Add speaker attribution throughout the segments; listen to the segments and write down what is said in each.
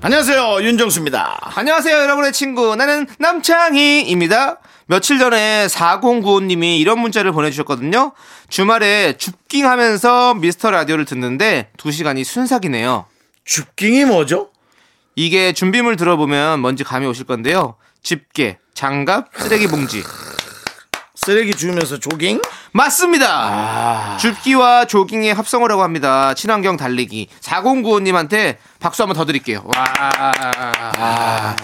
Speaker 1: 안녕하세요 윤정수입니다.
Speaker 2: 안녕하세요, 여러분의 친구. 나는 남창희입니다. 며칠 전에 4095님이 이런 문자를 보내주셨거든요. 주말에 줍깅 하면서 미스터 라디오를 듣는데 2시간이 순삭이네요.
Speaker 1: 줍깅이 뭐죠?
Speaker 2: 이게 준비물 들어보면 뭔지 감이 오실 건데요. 집게, 장갑, 쓰레기 봉지.
Speaker 1: 쓰레기 주우면서 조깅?
Speaker 2: 맞습니다! 줍기와 조깅의 합성어라고 합니다. 친환경 달리기. 4095님한테 박수 한번 더 드릴게요. 와.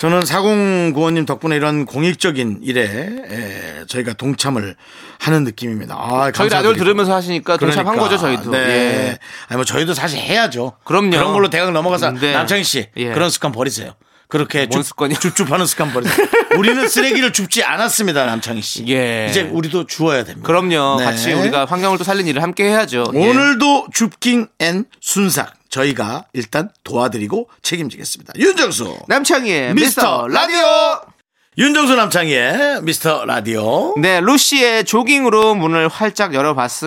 Speaker 1: 저는 사공구원님 덕분에 이런 공익적인 일에 예, 저희가 동참을 하는 느낌입니다. 아,
Speaker 2: 저희 라디오를 들으면서 하시니까 동참한
Speaker 1: 그러니까.
Speaker 2: 거죠, 저희도.
Speaker 1: 네.
Speaker 2: 예.
Speaker 1: 아니 뭐 저희도 사실 해야죠.
Speaker 2: 그럼요.
Speaker 1: 그런 걸로 대강 넘어가서
Speaker 2: 네.
Speaker 1: 남창희 씨
Speaker 2: 예.
Speaker 1: 그런 습관 버리세요. 그렇게
Speaker 2: 뭔
Speaker 1: 줍-
Speaker 2: 습관이요?
Speaker 1: 줍줍하는 습관 버리세요. 우리는 쓰레기를 줍지 않았습니다, 남창희 씨.
Speaker 2: 예.
Speaker 1: 이제 우리도 주어야 됩니다.
Speaker 2: 그럼요.
Speaker 1: 네.
Speaker 2: 같이 우리가 환경을 또 살린 일을 함께 해야죠. 예.
Speaker 1: 오늘도 줍킹 앤 순삭 저희가 일단 도와드리고 책임지겠습니다. 윤정수.
Speaker 2: 네. 남창희의
Speaker 1: 미스터
Speaker 2: 미스터 라디오.
Speaker 1: 윤정수 남창희의 미스터 라디오.
Speaker 2: 네, 루시의 조깅으로 문을 활짝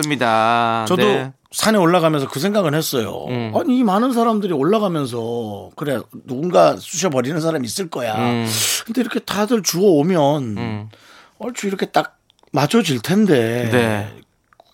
Speaker 2: 열어봤습니다.
Speaker 1: 저도
Speaker 2: 네. 음.
Speaker 1: 산에 올라가면서 그 생각은 했어요. 아니 이 많은 사람들이 올라가면서 그래 누군가 쑤셔 버리는 사람 이 있을 거야.
Speaker 2: 음.
Speaker 1: 근데 이렇게 다들 주워 오면 얼추 이렇게 딱 맞춰질 텐데
Speaker 2: 네.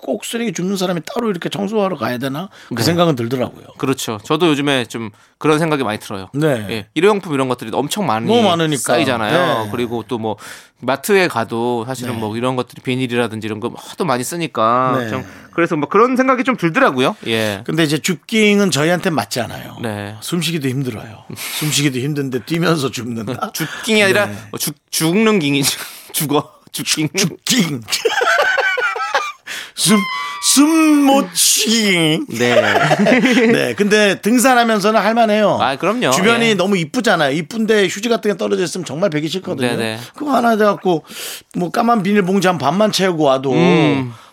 Speaker 1: 꼭 쓰레기 줍는 사람이 따로 이렇게 청소하러 가야 되나 그
Speaker 2: 네.
Speaker 1: 생각은 들더라고요.
Speaker 2: 그렇죠. 저도 요즘에 좀 그런 생각이 많이 들어요.
Speaker 1: 네.
Speaker 2: 예, 일회용품 이런 것들이 엄청 많이
Speaker 1: 너무 많으니까.
Speaker 2: 쌓이잖아요.
Speaker 1: 네.
Speaker 2: 그리고 또 뭐 마트에 가도 사실은 뭐 이런 것들이 비닐이라든지 이런 거 하도 많이 쓰니까
Speaker 1: 네.
Speaker 2: 좀 그래서 뭐 그런 생각이 좀 들더라고요. 예.
Speaker 1: 근데 이제 줍깅은 저희한테 맞지 않아요.
Speaker 2: 네.
Speaker 1: 숨쉬기도 힘들어요. 숨쉬기도 힘든데 뛰면서
Speaker 2: 음.
Speaker 1: 줍는다.
Speaker 2: 죽깅이 아니라
Speaker 1: 네.
Speaker 2: 어, 죽, 죽는 깅이죠. 죽어. 죽깅.
Speaker 1: 깅. 숨, 숨못 쉬기.
Speaker 2: 네.
Speaker 1: 네. 근데 등산하면서는 할만해요.
Speaker 2: 아, 그럼요.
Speaker 1: 주변이
Speaker 2: 예.
Speaker 1: 너무 이쁘잖아요. 이쁜데 휴지 같은 게 떨어져 있으면 정말 배기 싫거든요.
Speaker 2: 네네.
Speaker 1: 그거 하나 해갖고 뭐 까만 비닐봉지 한 반만 채우고 와도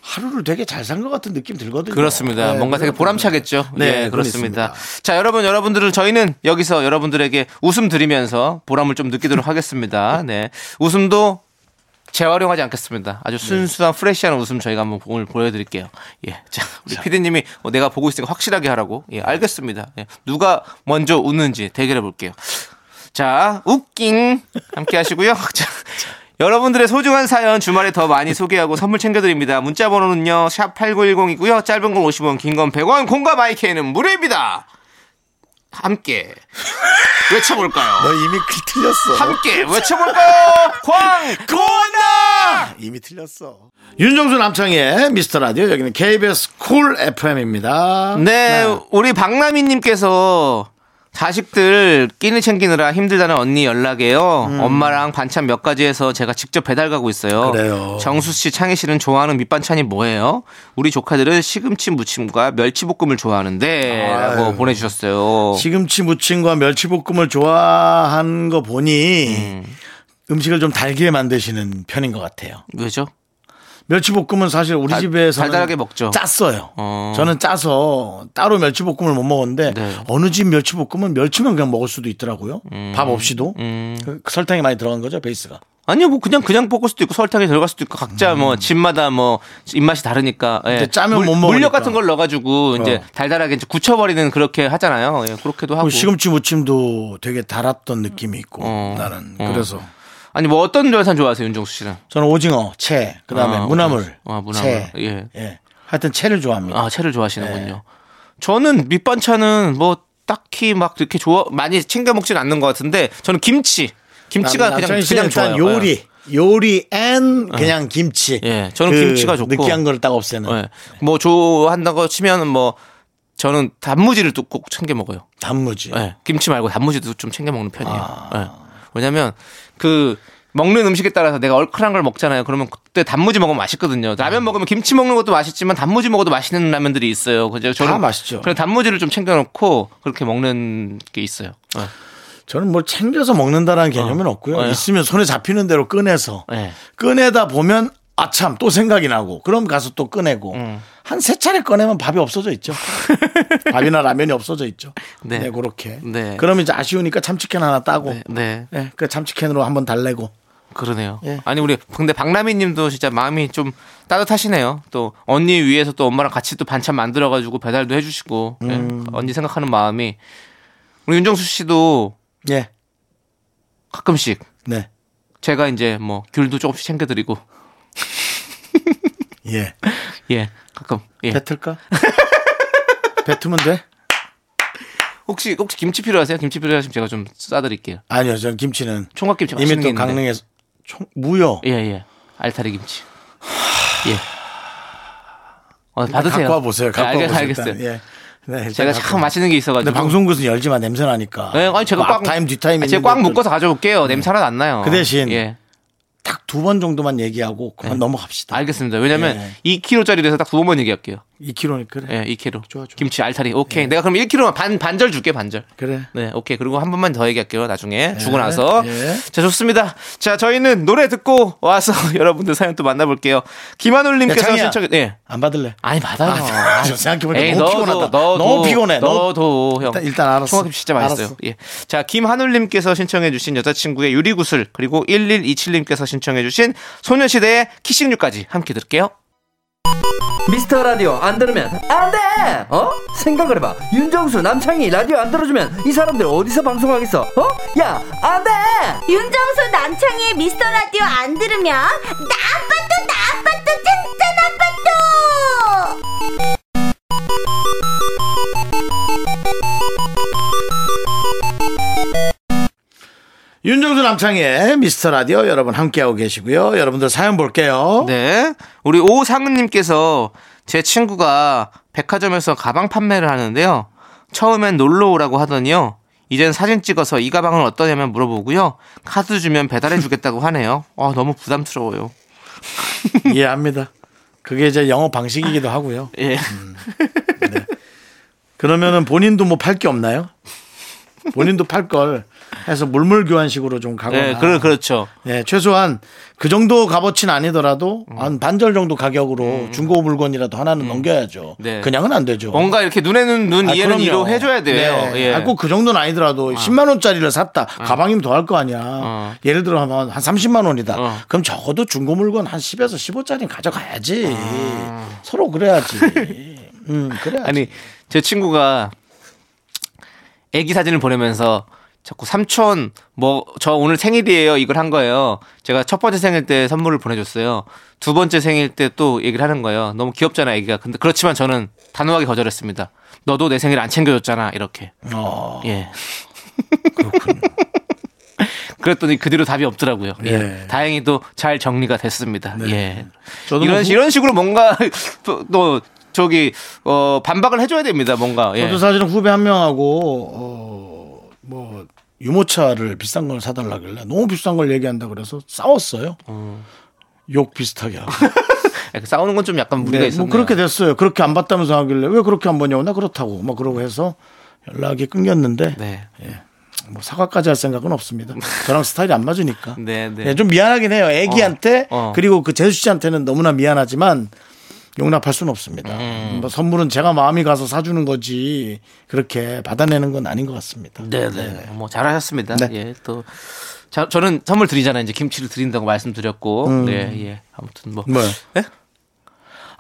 Speaker 1: 하루를 되게 잘 산 것 같은 느낌 들거든요.
Speaker 2: 음. 그렇습니다.
Speaker 1: 네,
Speaker 2: 뭔가 되게
Speaker 1: 그렇거든요.
Speaker 2: 보람차겠죠.
Speaker 1: 네,
Speaker 2: 네, 그렇습니다. 자, 여러분, 여러분들은 저희는 여기서 여러분들에게 웃음 드리면서 보람을 좀 느끼도록 하겠습니다. 네. 웃음도 재활용하지 않겠습니다. 아주 순수한 프레시한 웃음 저희가 한번 오늘 보여드릴게요. 예. 자, 우리 피디님이 어, 내가 보고 있으니까 확실하게 하라고. 예, 알겠습니다. 예. 누가 먼저 웃는지 대결해 볼게요. 자, 웃깅 함께 하시고요. 자, 여러분들의 소중한 사연 주말에 더 많이 소개하고 선물 챙겨드립니다. 문자 번호는요. 샵 8910이고요. 짧은 건 50원, 긴 건 100원, 공과 마이크는 무료입니다. 함께 외쳐볼까요?
Speaker 1: 너 이미 그- 틀렸어.
Speaker 2: 함께 외쳐볼까요? 광!
Speaker 1: 고원나 이미 틀렸어. 윤정수 남창의 미스터 라디오 여기는 KBS 쿨 FM입니다.
Speaker 2: 네, 우리 박나미님께서 자식들 끼니 챙기느라 힘들다는 언니 연락이에요.
Speaker 1: 음.
Speaker 2: 엄마랑 반찬 몇 가지 해서 제가 직접 배달 가고 있어요.
Speaker 1: 그래요.
Speaker 2: 정수 씨, 창희 씨는 좋아하는 밑반찬이 뭐예요? 우리 조카들은 시금치 무침과 멸치볶음을 좋아하는데라고
Speaker 1: 아유.
Speaker 2: 보내주셨어요.
Speaker 1: 시금치 무침과 멸치볶음을 좋아한 거 보니 음. 식을좀 달게 만드시는 편인 것 같아요.
Speaker 2: 왜죠?
Speaker 1: 멸치볶음은 사실 우리
Speaker 2: 달-
Speaker 1: 집에서
Speaker 2: 달달하게 먹죠.
Speaker 1: 짰어요.
Speaker 2: 어.
Speaker 1: 저는 짜서 따로 멸치볶음을 못 먹었는데
Speaker 2: 네.
Speaker 1: 어느 집 멸치볶음은 멸치만 그냥 먹을 수도 있더라고요.
Speaker 2: 음.
Speaker 1: 밥 없이도 그- 그 설탕이 많이 들어간 거죠 베이스가.
Speaker 2: 아니요, 뭐 그냥 그냥 볶을 수도 있고 설탕이 들어갈 수도 있고 각자 뭐 집마다 뭐 입맛이 다르니까. 예.
Speaker 1: 음. 근데 짜면 못
Speaker 2: 물엿
Speaker 1: 먹으니까.
Speaker 2: 같은 걸 넣어가지고 이제 달달하게 이제 굳혀버리는 그렇게 하잖아요. 예, 그렇게도 하고.
Speaker 1: 그 시금치 무침도 되게 달았던 느낌이 있고
Speaker 2: 어.
Speaker 1: 나는
Speaker 2: 어.
Speaker 1: 그래서
Speaker 2: 아니 뭐 어떤 절산 좋아하세요 윤종수 씨는?
Speaker 1: 저는 오징어, 채, 그다음에
Speaker 2: 아,
Speaker 1: 문어물,
Speaker 2: 아, 문어물.
Speaker 1: 채,
Speaker 2: 예.
Speaker 1: 하여튼 채를 좋아합니다.
Speaker 2: 아 채를 좋아하시는군요. 저는 밑반찬은 뭐 딱히 막 이렇게 좋아 많이 챙겨 먹진 않는 것 같은데 저는 김치 김치가
Speaker 1: 남-
Speaker 2: 그냥
Speaker 1: 남창희 씨는
Speaker 2: 그냥 좋아요.
Speaker 1: 일단 요리, 요리 앤 그냥 김치. 그
Speaker 2: 예, 저는 김치가 좋고.
Speaker 1: 느끼한 걸 딱 없애는
Speaker 2: 예. 예. 뭐 좋아한다고 치면 뭐 저는 단무지를 또 꼭 챙겨 먹어요.
Speaker 1: 단무지.
Speaker 2: 예. 김치 말고 단무지도 좀 챙겨 먹는 편이에요. 예. 왜냐면 그 먹는 음식에 따라서 내가 얼큰한 걸 먹잖아요. 그러면 그때 단무지 먹으면 맛있거든요. 라면 먹으면 김치 먹는 것도 맛있지만 단무지 먹어도 맛있는 라면들이 있어요. 그죠? 저는
Speaker 1: 다 맛있죠.
Speaker 2: 그래 단무지를 좀 챙겨놓고 그렇게 먹는 게 있어요. 예.
Speaker 1: 저는 뭘 챙겨서 먹는다라는 개념은 없고요.
Speaker 2: 예.
Speaker 1: 있으면 손에 잡히는 대로 꺼내서
Speaker 2: 예.
Speaker 1: 꺼내다 보면 아 참 또 생각이 나고 그럼 가서 또 꺼내고
Speaker 2: 음.
Speaker 1: 한 세 차례 꺼내면 밥이 없어져 있죠. 밥이나 라면이 없어져 있죠.
Speaker 2: 네.
Speaker 1: 네, 그렇게.
Speaker 2: 네.
Speaker 1: 그럼 이제 아쉬우니까 참치캔 하나 따고
Speaker 2: 네, 네.
Speaker 1: 예, 그 참치캔으로 한번 달래고
Speaker 2: 그러네요.
Speaker 1: 예.
Speaker 2: 아니 우리 근데 박라미님도 진짜 마음이 좀 따뜻하시네요. 또 언니 위해서 또 엄마랑 같이 또 반찬 만들어가지고 배달도 해주시고 예. 언니 생각하는 마음이 우리 윤정수 씨도
Speaker 1: 예,
Speaker 2: 가끔씩
Speaker 1: 네,
Speaker 2: 제가 이제 뭐 귤도 조금씩 챙겨드리고
Speaker 1: 예.
Speaker 2: 예 가끔 예
Speaker 1: 뱉을까? 뱉으면 돼?
Speaker 2: 혹시 혹시 김치 필요하세요? 김치 필요하시면 제가 좀 싸드릴게요.
Speaker 1: 아니요, 저는 김치는
Speaker 2: 총각김치
Speaker 1: 이미
Speaker 2: 맛있는 게
Speaker 1: 또
Speaker 2: 있는데.
Speaker 1: 강릉에서 총, 무요.
Speaker 2: 예예 알타리 김치 예 어, 받으세요.
Speaker 1: 아, 갖고 와 보세요. 갖고
Speaker 2: 네,
Speaker 1: 와
Speaker 2: 알겠,
Speaker 1: 보세요.
Speaker 2: 알겠어요.
Speaker 1: 일단. 예. 네, 일단
Speaker 2: 제가
Speaker 1: 갖고
Speaker 2: 참
Speaker 1: 와.
Speaker 2: 맛있는 게 있어가지고.
Speaker 1: 근데 방송국은 열지 마 냄새 나니까. 뭐
Speaker 2: 네, 아니 제가 꽉
Speaker 1: 타임 뒷타임
Speaker 2: 아, 제가 꽉 묶어서 가져올게요. 냄새 하나도 안 나요.
Speaker 1: 그 대신
Speaker 2: 예.
Speaker 1: 딱두 번 정도만 얘기하고 그만 넘어갑시다.
Speaker 2: 네. 알겠습니다. 왜냐면
Speaker 1: 예.
Speaker 2: 2kg짜리라서 딱 두 번 얘기할게요.
Speaker 1: 2kg니까 그래.
Speaker 2: 예, 2kg.
Speaker 1: 좋아, 좋아.
Speaker 2: 김치 알타리. 오케이. 내가 그럼 1kg만 반 반절 줄게, 반절.
Speaker 1: 그래.
Speaker 2: 네, 오케이. 그리고 한 번만 더 얘기할게요. 나중에 주고 나서.
Speaker 1: 예.
Speaker 2: 자, 좋습니다. 자, 저희는 노래 듣고 와서 여러분들 사연 또 만나볼게요. 김한울
Speaker 1: 야,
Speaker 2: 님께서
Speaker 1: 장이야.
Speaker 2: 신청 예.
Speaker 1: 안 받을래?
Speaker 2: 아니 받아요.
Speaker 1: 아, 저 생각해보니까
Speaker 2: 에이,
Speaker 1: 너무
Speaker 2: 너도,
Speaker 1: 피곤하다.
Speaker 2: 너도,
Speaker 1: 너무 피곤해. 너무-
Speaker 2: 너도 형.
Speaker 1: 일단- 일단 알았어.
Speaker 2: 총각김 진짜 맛있어요.
Speaker 1: 알았어.
Speaker 2: 예. 자 김한울님께서 신청해주신 여자친구의 유리구슬 그리고 1127님께서 신청해주신 소녀시대의 키싱류까지 함께 들을게요.
Speaker 3: 미스터 라디오 안 들으면 안 돼! 어? 생각을 해봐. 윤정수, 남창희 라디오 안 들어주면 이 사람들 어디서 방송하겠어? 어? 야, 안 돼!
Speaker 4: 윤정수 남창희의 미스터 라디오 안 들으면 나빠도 나빠도 진짜 나빠도
Speaker 1: 윤정수 남창의 미스터 라디오 여러분 함께하고 계시고요. 여러분들 사연 볼게요.
Speaker 2: 네. 우리 오상은님께서 제 친구가 백화점에서 가방 판매를 하는데요. 처음엔 놀러 오라고 하더니요. 이젠 사진 찍어서 이 가방은 어떠냐면 물어보고요. 카드 주면 배달해 주겠다고 하네요. 아, 너무 부담스러워요.
Speaker 1: 이해합니다. 그게 이제 영어 방식이기도 하고요.
Speaker 2: 예.
Speaker 1: 그러면은 본인도 뭐 팔 게 없나요? 본인도 팔 걸 해서 물물 교환식으로 좀 가거나.
Speaker 2: 예, 그러, 그렇죠.
Speaker 1: 예, 최소한 그 정도 값어치는 아니더라도
Speaker 2: 음.
Speaker 1: 한 반절 정도 가격으로 중고 물건이라도 하나는 넘겨야죠.
Speaker 2: 네.
Speaker 1: 그냥은 안 되죠.
Speaker 2: 뭔가 이렇게 눈에는 눈,
Speaker 1: 아,
Speaker 2: 이에는
Speaker 1: 그럼요.
Speaker 2: 이로 해줘야 돼요.
Speaker 1: 네.
Speaker 2: 예. 어.
Speaker 1: 아, 꼭그 정도는 아니더라도 10만 원짜리를 샀다. 가방이면 더 할 거 아니야. 예를 들어 하면 한 30만 원이다.
Speaker 2: 어.
Speaker 1: 그럼 적어도 중고 물건 한 10에서 15짜리 가져가야지. 서로 그래야지. 음, 그래야지.
Speaker 2: 어. 아니 제 친구가 애기 사진을 보내면서 자꾸 삼촌 뭐 저 오늘 생일이에요 이걸 한 거예요. 제가 첫 번째 생일 때 선물을 보내줬어요. 두 번째 생일 때 또 얘기를 하는 거예요. 너무 귀엽잖아 애기가. 근데 그렇지만 저는 단호하게 거절했습니다. 너도 내 생일 안 챙겨줬잖아 이렇게.
Speaker 1: 어,
Speaker 2: 예. 그랬더니 그 뒤로 답이 없더라고요. 예.
Speaker 1: 예.
Speaker 2: 다행히도 잘 정리가 됐습니다. 예.
Speaker 1: 저도
Speaker 2: 이런
Speaker 1: 뭐 후-
Speaker 2: 이런 식으로 뭔가 또, 또 저기 어 반박을 해줘야 됩니다. 뭔가 예.
Speaker 1: 저도 사실은 후배 한 명하고 어, 뭐 유모차를 비싼 걸 사달라길래 너무 비싼 걸 얘기한다 그래서 싸웠어요. 욕 비슷하게 하고.
Speaker 2: 싸우는 건 좀 약간 무리가
Speaker 1: 네,
Speaker 2: 있었네요.
Speaker 1: 뭐 그렇게 됐어요. 그렇게 안 봤다면서 하길래 왜 그렇게 안 봤냐고 나 그렇다고 막 그러고 해서 연락이 끊겼는데
Speaker 2: 네.
Speaker 1: 뭐 사과까지 할 생각은 없습니다. 저랑 스타일이 안 맞으니까.
Speaker 2: 네, 네.
Speaker 1: 예, 좀 미안하긴 해요. 애기한테
Speaker 2: 어, 어.
Speaker 1: 그리고 그 재수 씨한테는 너무나 미안하지만 용납할 수는 없습니다.
Speaker 2: 음.
Speaker 1: 뭐 선물은 제가 마음이 가서 사주는 거지 그렇게 받아내는 건 아닌 것 같습니다.
Speaker 2: 네, 네. 뭐 잘하셨습니다.
Speaker 1: 네.
Speaker 2: 예. 또 자, 저는 선물 드리잖아요. 이제 김치를 드린다고 말씀드렸고. 네, 예. 아무튼 뭐.
Speaker 1: 뭐요?
Speaker 2: 예?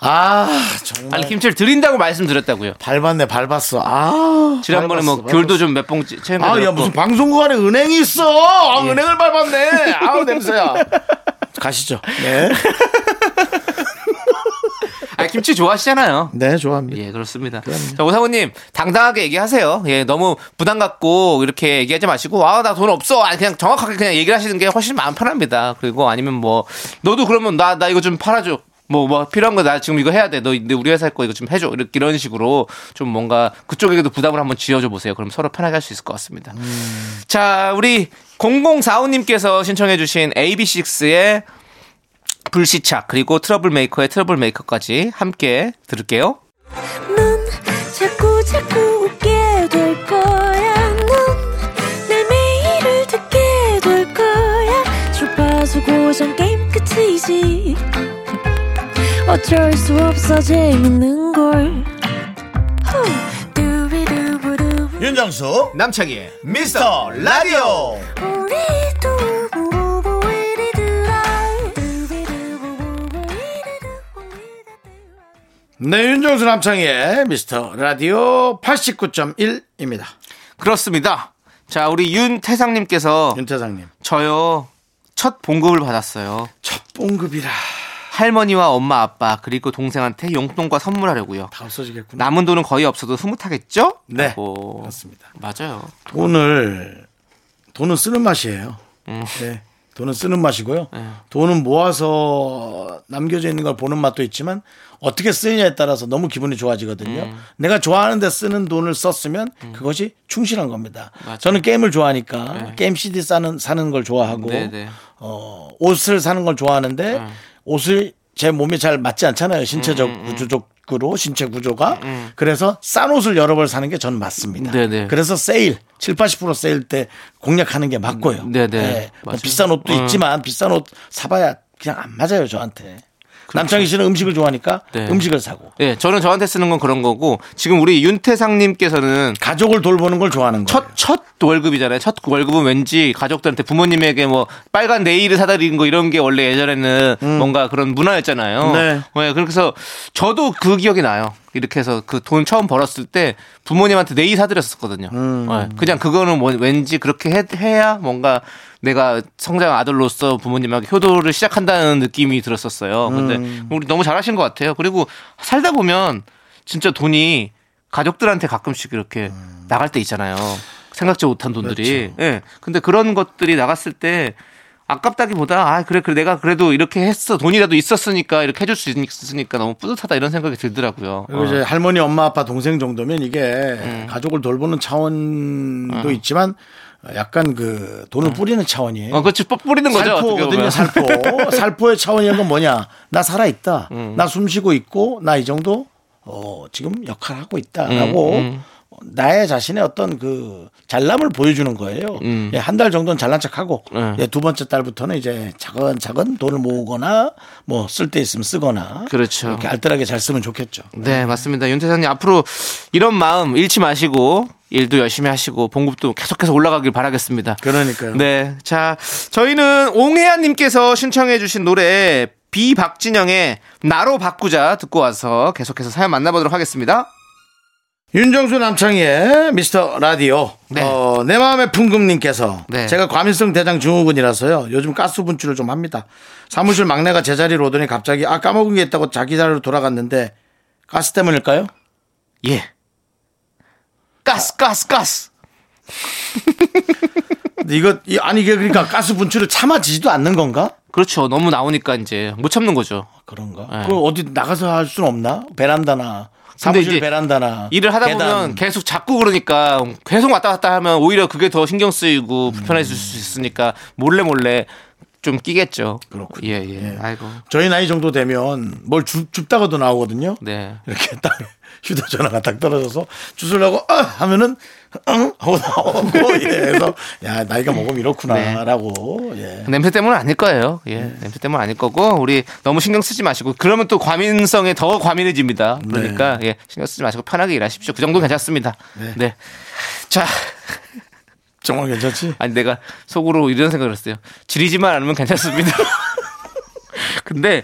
Speaker 1: 아 정말
Speaker 2: 아니 김치를 드린다고 말씀드렸다고요.
Speaker 1: 밟았네 밟았어. 아
Speaker 2: 지난번에 뭐
Speaker 1: 귤
Speaker 2: 귤도 좀 예. 몇 봉지 예. 채워
Speaker 1: 아, 야, 무슨 방송국 안에 은행이 있어. 아, 은행을 밟았네. 아우, 냄새야. 가시죠. 네.
Speaker 2: 아, 김치 좋아하시잖아요.
Speaker 1: 네, 좋아합니다.
Speaker 2: 예, 그렇습니다. 자, 오사모님, 당당하게 얘기하세요. 예, 너무 부담 갖고 이렇게 얘기하지 마시고, 아, 나 돈 없어. 아니, 그냥 정확하게 그냥 얘기를 하시는 게 훨씬 마음 편합니다. 그리고 아니면 뭐, 너도 그러면 나, 나 이거 좀 팔아줘. 뭐, 뭐, 필요한 거 나 지금 이거 해야 돼. 너, 너 우리 회사 거 이거 좀 해줘. 이렇게 이런 식으로 좀 뭔가 그쪽에게도 부담을 한번 지어줘 보세요. 그럼 서로 편하게 할 수 있을 것 같습니다. 음. 자, 우리 0045님께서 신청해주신 AB6의 불시착, 그리고 트러블메이커의 트러블메이커까지 함께 들을게요.
Speaker 5: 넌 자꾸 자꾸 웃게 될 거야. 넌내 매일 거지 어쩔 수 없어 재밌는 걸 후. 두비두부두.
Speaker 1: 윤정수
Speaker 2: 남창희의
Speaker 1: 미스터 라디오
Speaker 5: 우리 두부부부 우리 두라. 두비두부부부 우리 두- 우리 두라.
Speaker 1: 네 윤정수 남창희의 미스터 라디오 89.1입니다
Speaker 2: 그렇습니다. 자, 우리
Speaker 1: 어.
Speaker 2: 윤태상님께서
Speaker 1: 윤태상님
Speaker 2: 저요 첫 봉급을 받았어요.
Speaker 1: 첫 봉급이라
Speaker 2: 할머니와 엄마 아빠 그리고 동생한테 용돈과 선물하려고요.
Speaker 1: 다 없어지겠구나
Speaker 2: 남은 돈은 거의 없어도 흐뭇하겠죠?
Speaker 1: 네.
Speaker 2: 라고.
Speaker 1: 그렇습니다.
Speaker 2: 맞아요.
Speaker 1: 돈을 돈은 쓰는 맛이에요 네 돈은 쓰는 맛이고요 돈은 모아서 남겨져 있는 걸 보는 맛도 있지만 어떻게 쓰느냐에 따라서 너무 기분이 좋아지거든요 내가 좋아하는 데 쓰는 돈을 썼으면 그것이 충실한 겁니다 저는 게임을 좋아하니까 게임 CD 사는, 사는 걸 좋아하고
Speaker 2: 네, 네.
Speaker 1: 어, 옷을 사는 걸 좋아하는데
Speaker 2: 음.
Speaker 1: 옷을 제 몸이 잘 맞지 않잖아요. 신체적 구조적으로 신체 구조가 그래서 싼 옷을 여러 벌 사는 게 저는 맞습니다.
Speaker 2: 음, 네네.
Speaker 1: 그래서 세일 7, 80% 세일 때 공략하는 게 맞고요.
Speaker 2: 네네. 음.
Speaker 1: 뭐
Speaker 2: 맞아요.
Speaker 1: 비싼 옷도 있지만 비싼 옷 사봐야 그냥 안 맞아요 저한테. 남창희 씨는 음식을 좋아하니까
Speaker 2: 그렇죠. 네.
Speaker 1: 음식을 사고
Speaker 2: 예, 저는 저한테 쓰는 건 그런 거고 지금 우리 윤태상님께서는
Speaker 1: 가족을 돌보는 걸 좋아하는 거예요.
Speaker 2: 첫, 첫 월급이잖아요. 첫 월급은 왠지 가족들한테 부모님에게 뭐 빨간 네일을 사다 드린 거 이런 게 원래 예전에는 뭔가 그런 문화였잖아요.
Speaker 1: 음. 네.
Speaker 2: 네, 그래서 저도 그 기억이 나요. 이렇게 해서 그 돈 처음 벌었을 때 부모님한테 네일 사드렸었거든요.
Speaker 1: 음.
Speaker 2: 네, 그냥 그거는 뭐, 왠지 그렇게 해, 해야 뭔가 내가 성장 아들로서 부모님에게 효도를 시작한다는 느낌이 들었었어요. 근데
Speaker 1: 음.
Speaker 2: 우리 너무 잘하신 것 같아요. 그리고 살다 보면 진짜 돈이 가족들한테 가끔씩 이렇게
Speaker 1: 음.
Speaker 2: 나갈 때 있잖아요. 생각지 못한
Speaker 1: 그렇죠.
Speaker 2: 돈들이. 예. 근데 그런 것들이 나갔을 때 아깝다기보다 아 그래 그래 내가 그래도 이렇게 했어 돈이라도 있었으니까 이렇게 해줄 수 있으니까 너무 뿌듯하다 이런 생각이 들더라고요.
Speaker 1: 아, 그리고
Speaker 2: 어. 음.
Speaker 1: 이제 할머니, 엄마, 아빠, 동생 정도면 이게 가족을 돌보는 차원도
Speaker 2: 어.
Speaker 1: 있지만 약간 그 돈을 뿌리는 차원이에요.
Speaker 2: 어, 그렇지 뽀- 뿌리는 거죠. 어떻게
Speaker 1: 살포거든요,
Speaker 2: 보면. 음.
Speaker 1: 살포. 살포의 차원이란 건 뭐냐? 나 살아 있다. 나 숨 쉬고 있고 나 이 정도 어, 지금 역할을 하고
Speaker 2: 음,
Speaker 1: 있다라고 어, 나의 자신의 어떤 그 잘남을 보여주는 거예요.
Speaker 2: 음.
Speaker 1: 예, 한 달 정도는 잘난 척하고 예, 두 번째 달부터는 이제 차근차근 돈을 모으거나 뭐 쓸 때 있으면 쓰거나
Speaker 2: 그렇죠.
Speaker 1: 이렇게 알뜰하게 잘 쓰면 좋겠죠.
Speaker 2: 네 맞습니다. 윤태사님 앞으로 이런 마음 잃지 마시고 일도 열심히 하시고 봉급도 계속해서 올라가길 바라겠습니다.
Speaker 1: 그러니까요.
Speaker 2: 네. 자, 저희는 옹혜아님께서 신청해주신 노래 비박진영의 나로 바꾸자 듣고 와서 계속해서 사연 만나보도록 하겠습니다.
Speaker 1: 윤정수 남창희의 미스터 라디오.
Speaker 2: 네.
Speaker 1: 어, 내 마음의 풍금님께서
Speaker 2: 네.
Speaker 1: 제가 과민성 대장 증후군이라서요. 요즘 가스 분출을 좀 합니다. 사무실 막내가 제자리로 오더니 갑자기 아 까먹은 게 있다고 자기 자리로 돌아갔는데 가스 때문일까요?
Speaker 2: 예. 가스, 가스, 가스.
Speaker 1: 근데 이거 이- 아니 이게 그러니까 가스 분출을 참아지지도 않는 건가?
Speaker 2: 그렇죠. 너무 나오니까 이제 못 참는 거죠.
Speaker 1: 그런가?
Speaker 2: 네.
Speaker 1: 그걸 어디 나가서 할 수는 없나? 베란다나
Speaker 2: 이제
Speaker 1: 사무실 베란다나
Speaker 2: 일을 하다
Speaker 1: 계단.
Speaker 2: 보면 계속 자꾸 그러니까 계속 왔다 갔다 하면 오히려 그게 더 신경
Speaker 1: 음.
Speaker 2: 쓰이고 불편해질 수 있으니까 몰래 몰래 좀 끼겠죠.
Speaker 1: 그렇군요.
Speaker 2: 예, 예. 아이고.
Speaker 1: 네. 저희 나이 정도 되면 뭘 줍, 줍다가도 나오거든요.
Speaker 2: 네.
Speaker 1: 이렇게 딱 휴대전화가 딱 떨어져서 주술라고 어! 하면은 응 하고 나오고 예, 그래서 야 나이가 먹으면
Speaker 2: 네.
Speaker 1: 이렇구나라고 예.
Speaker 2: 냄새 때문은 아닐 거예요. 예, 냄새 때문 은 아닐 거고 우리 너무 신경 쓰지 마시고 그러면 또 과민성에 더 과민해집니다. 그러니까 예, 신경 쓰지 마시고 편하게 일하십시오. 그 정도 는 괜찮습니다. 네. 자,
Speaker 1: 정말 괜찮지?
Speaker 2: 아니 내가 속으로 이런 생각을 했어요. 지리지만 않으면 괜찮습니다. 근데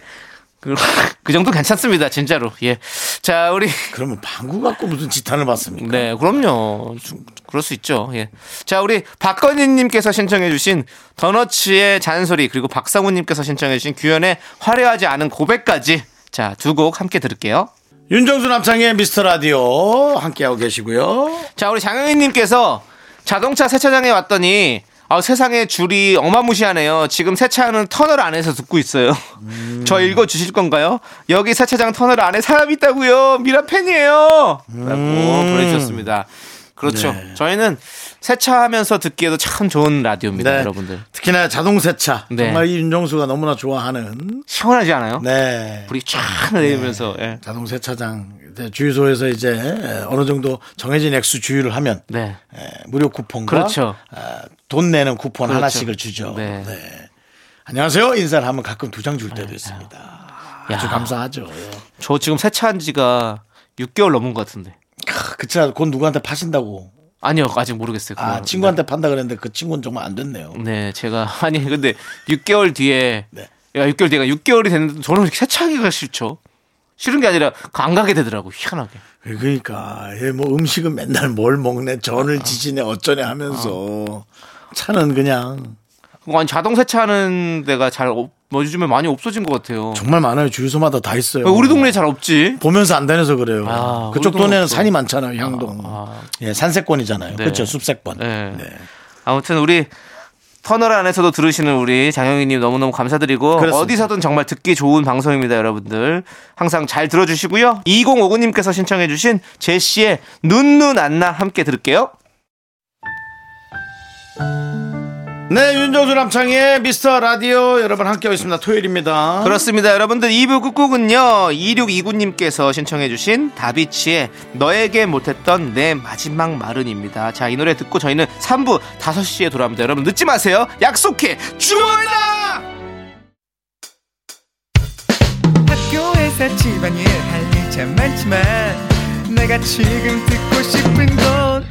Speaker 2: 그, 그 정도 괜찮습니다. 진짜로. 예. 자, 우리
Speaker 1: 그러면 방구 갖고 무슨 지탄을 받습니까?
Speaker 2: 네, 그럼요. 주- 그럴 수 있죠. 예. 자, 우리 박건희님께서 신청해주신 더너츠의 잔소리 그리고 박상우님께서 신청해주신 규현의 화려하지 않은 고백까지 자 두 곡 함께 들을게요.
Speaker 1: 윤정수 남창의 미스터 라디오 함께하고 계시고요.
Speaker 2: 자, 우리 장영희님께서 자동차 세차장에 왔더니 아, 세상에 줄이 어마무시하네요. 지금 세차하는 터널 안에서 듣고 있어요.
Speaker 1: 음.
Speaker 2: 저 읽어 주실 건가요? 여기 세차장 터널 안에 사람 있다고요. 미라 팬이에요. 라고
Speaker 1: 음.
Speaker 2: 보내주셨습니다. 그렇죠.
Speaker 1: 네.
Speaker 2: 저희는 세차하면서 듣기에도 참 좋은 라디오입니다,
Speaker 1: 네.
Speaker 2: 여러분들.
Speaker 1: 특히나 자동 세차
Speaker 2: 네.
Speaker 1: 정말 이 윤정수가 너무나 좋아하는
Speaker 2: 시원하지 않아요?
Speaker 1: 네.
Speaker 2: 불이 쫙 내리면서 예.
Speaker 1: 자동 세차장 이제 주유소에서 이제 어느 정도 정해진 액수 주유를 하면
Speaker 2: 네.
Speaker 1: 예, 무료 쿠폰과
Speaker 2: 그렇죠.
Speaker 1: 아, 돈 내는 쿠폰
Speaker 2: 그렇죠.
Speaker 1: 하나씩을 주죠.
Speaker 2: 네.
Speaker 1: 네. 안녕하세요 인사를 하면 가끔 두 장 줄 때도 있습니다. 아주
Speaker 2: 야.
Speaker 1: 감사하죠. 예.
Speaker 2: 저 지금 세차한 지가 6개월 넘은 것 같은데.
Speaker 1: 크, 그차곧 누구한테 파신다고.
Speaker 2: 아니요, 아직 모르겠어요.
Speaker 1: 아
Speaker 2: 그건.
Speaker 1: 친구한테 판다 그랬는데 그 친구는 정말 안 됐네요.
Speaker 2: 네, 제가 아니 근데 6개월 뒤에
Speaker 1: 네.
Speaker 2: 야 6개월 뒤가 6개월이 됐는데 저는 이렇게 세차하기가 싫죠. 싫은 게 아니라 안 가게 되더라고 희한하게.
Speaker 1: 그러니까 예, 뭐 음식은 맨날 뭘 먹네 전을 지지네 어쩌네 하면서 차는 그냥
Speaker 2: 그거 아니 자동 세차하는 데가 잘 없, 뭐 요즘에 많이 없어진 것 같아요.
Speaker 1: 정말 많아요 주유소마다 다 있어요.
Speaker 2: 왜 우리 동네에 잘 없지.
Speaker 1: 보면서 안 다녀서 그래요.
Speaker 2: 아,
Speaker 1: 그쪽
Speaker 2: 우리 동네
Speaker 1: 동네는
Speaker 2: 없어.
Speaker 1: 산이 많잖아요 향동. 예 산세권이잖아요.
Speaker 2: 네.
Speaker 1: 그렇죠 숲세권.
Speaker 2: 네.
Speaker 1: 네.
Speaker 2: 아무튼 우리 터널 안에서도 들으시는 우리 장영희님 너무너무 감사드리고
Speaker 1: 그렇습니다.
Speaker 2: 어디서든 정말 듣기 좋은 방송입니다 여러분들 항상 잘 들어주시고요 2059님께서 신청해주신 제시의 눈눈 안나 함께 들을게요
Speaker 1: 네, 윤정수 남창의 미스터 라디오 여러분 함께하고 있습니다. 토요일입니다.
Speaker 2: 그렇습니다. 여러분들 2부 끝곡은요. 2629님께서 신청해 주신 다비치의 너에게 못했던 내 마지막 말은입니다. 자, 이 노래 듣고 저희는 3부 5시에 돌아옵니다. 여러분 늦지 마세요. 약속해. 주원아!
Speaker 6: 학교에서 집안일 할 일 참 많지만 내가 지금 듣고 싶은 건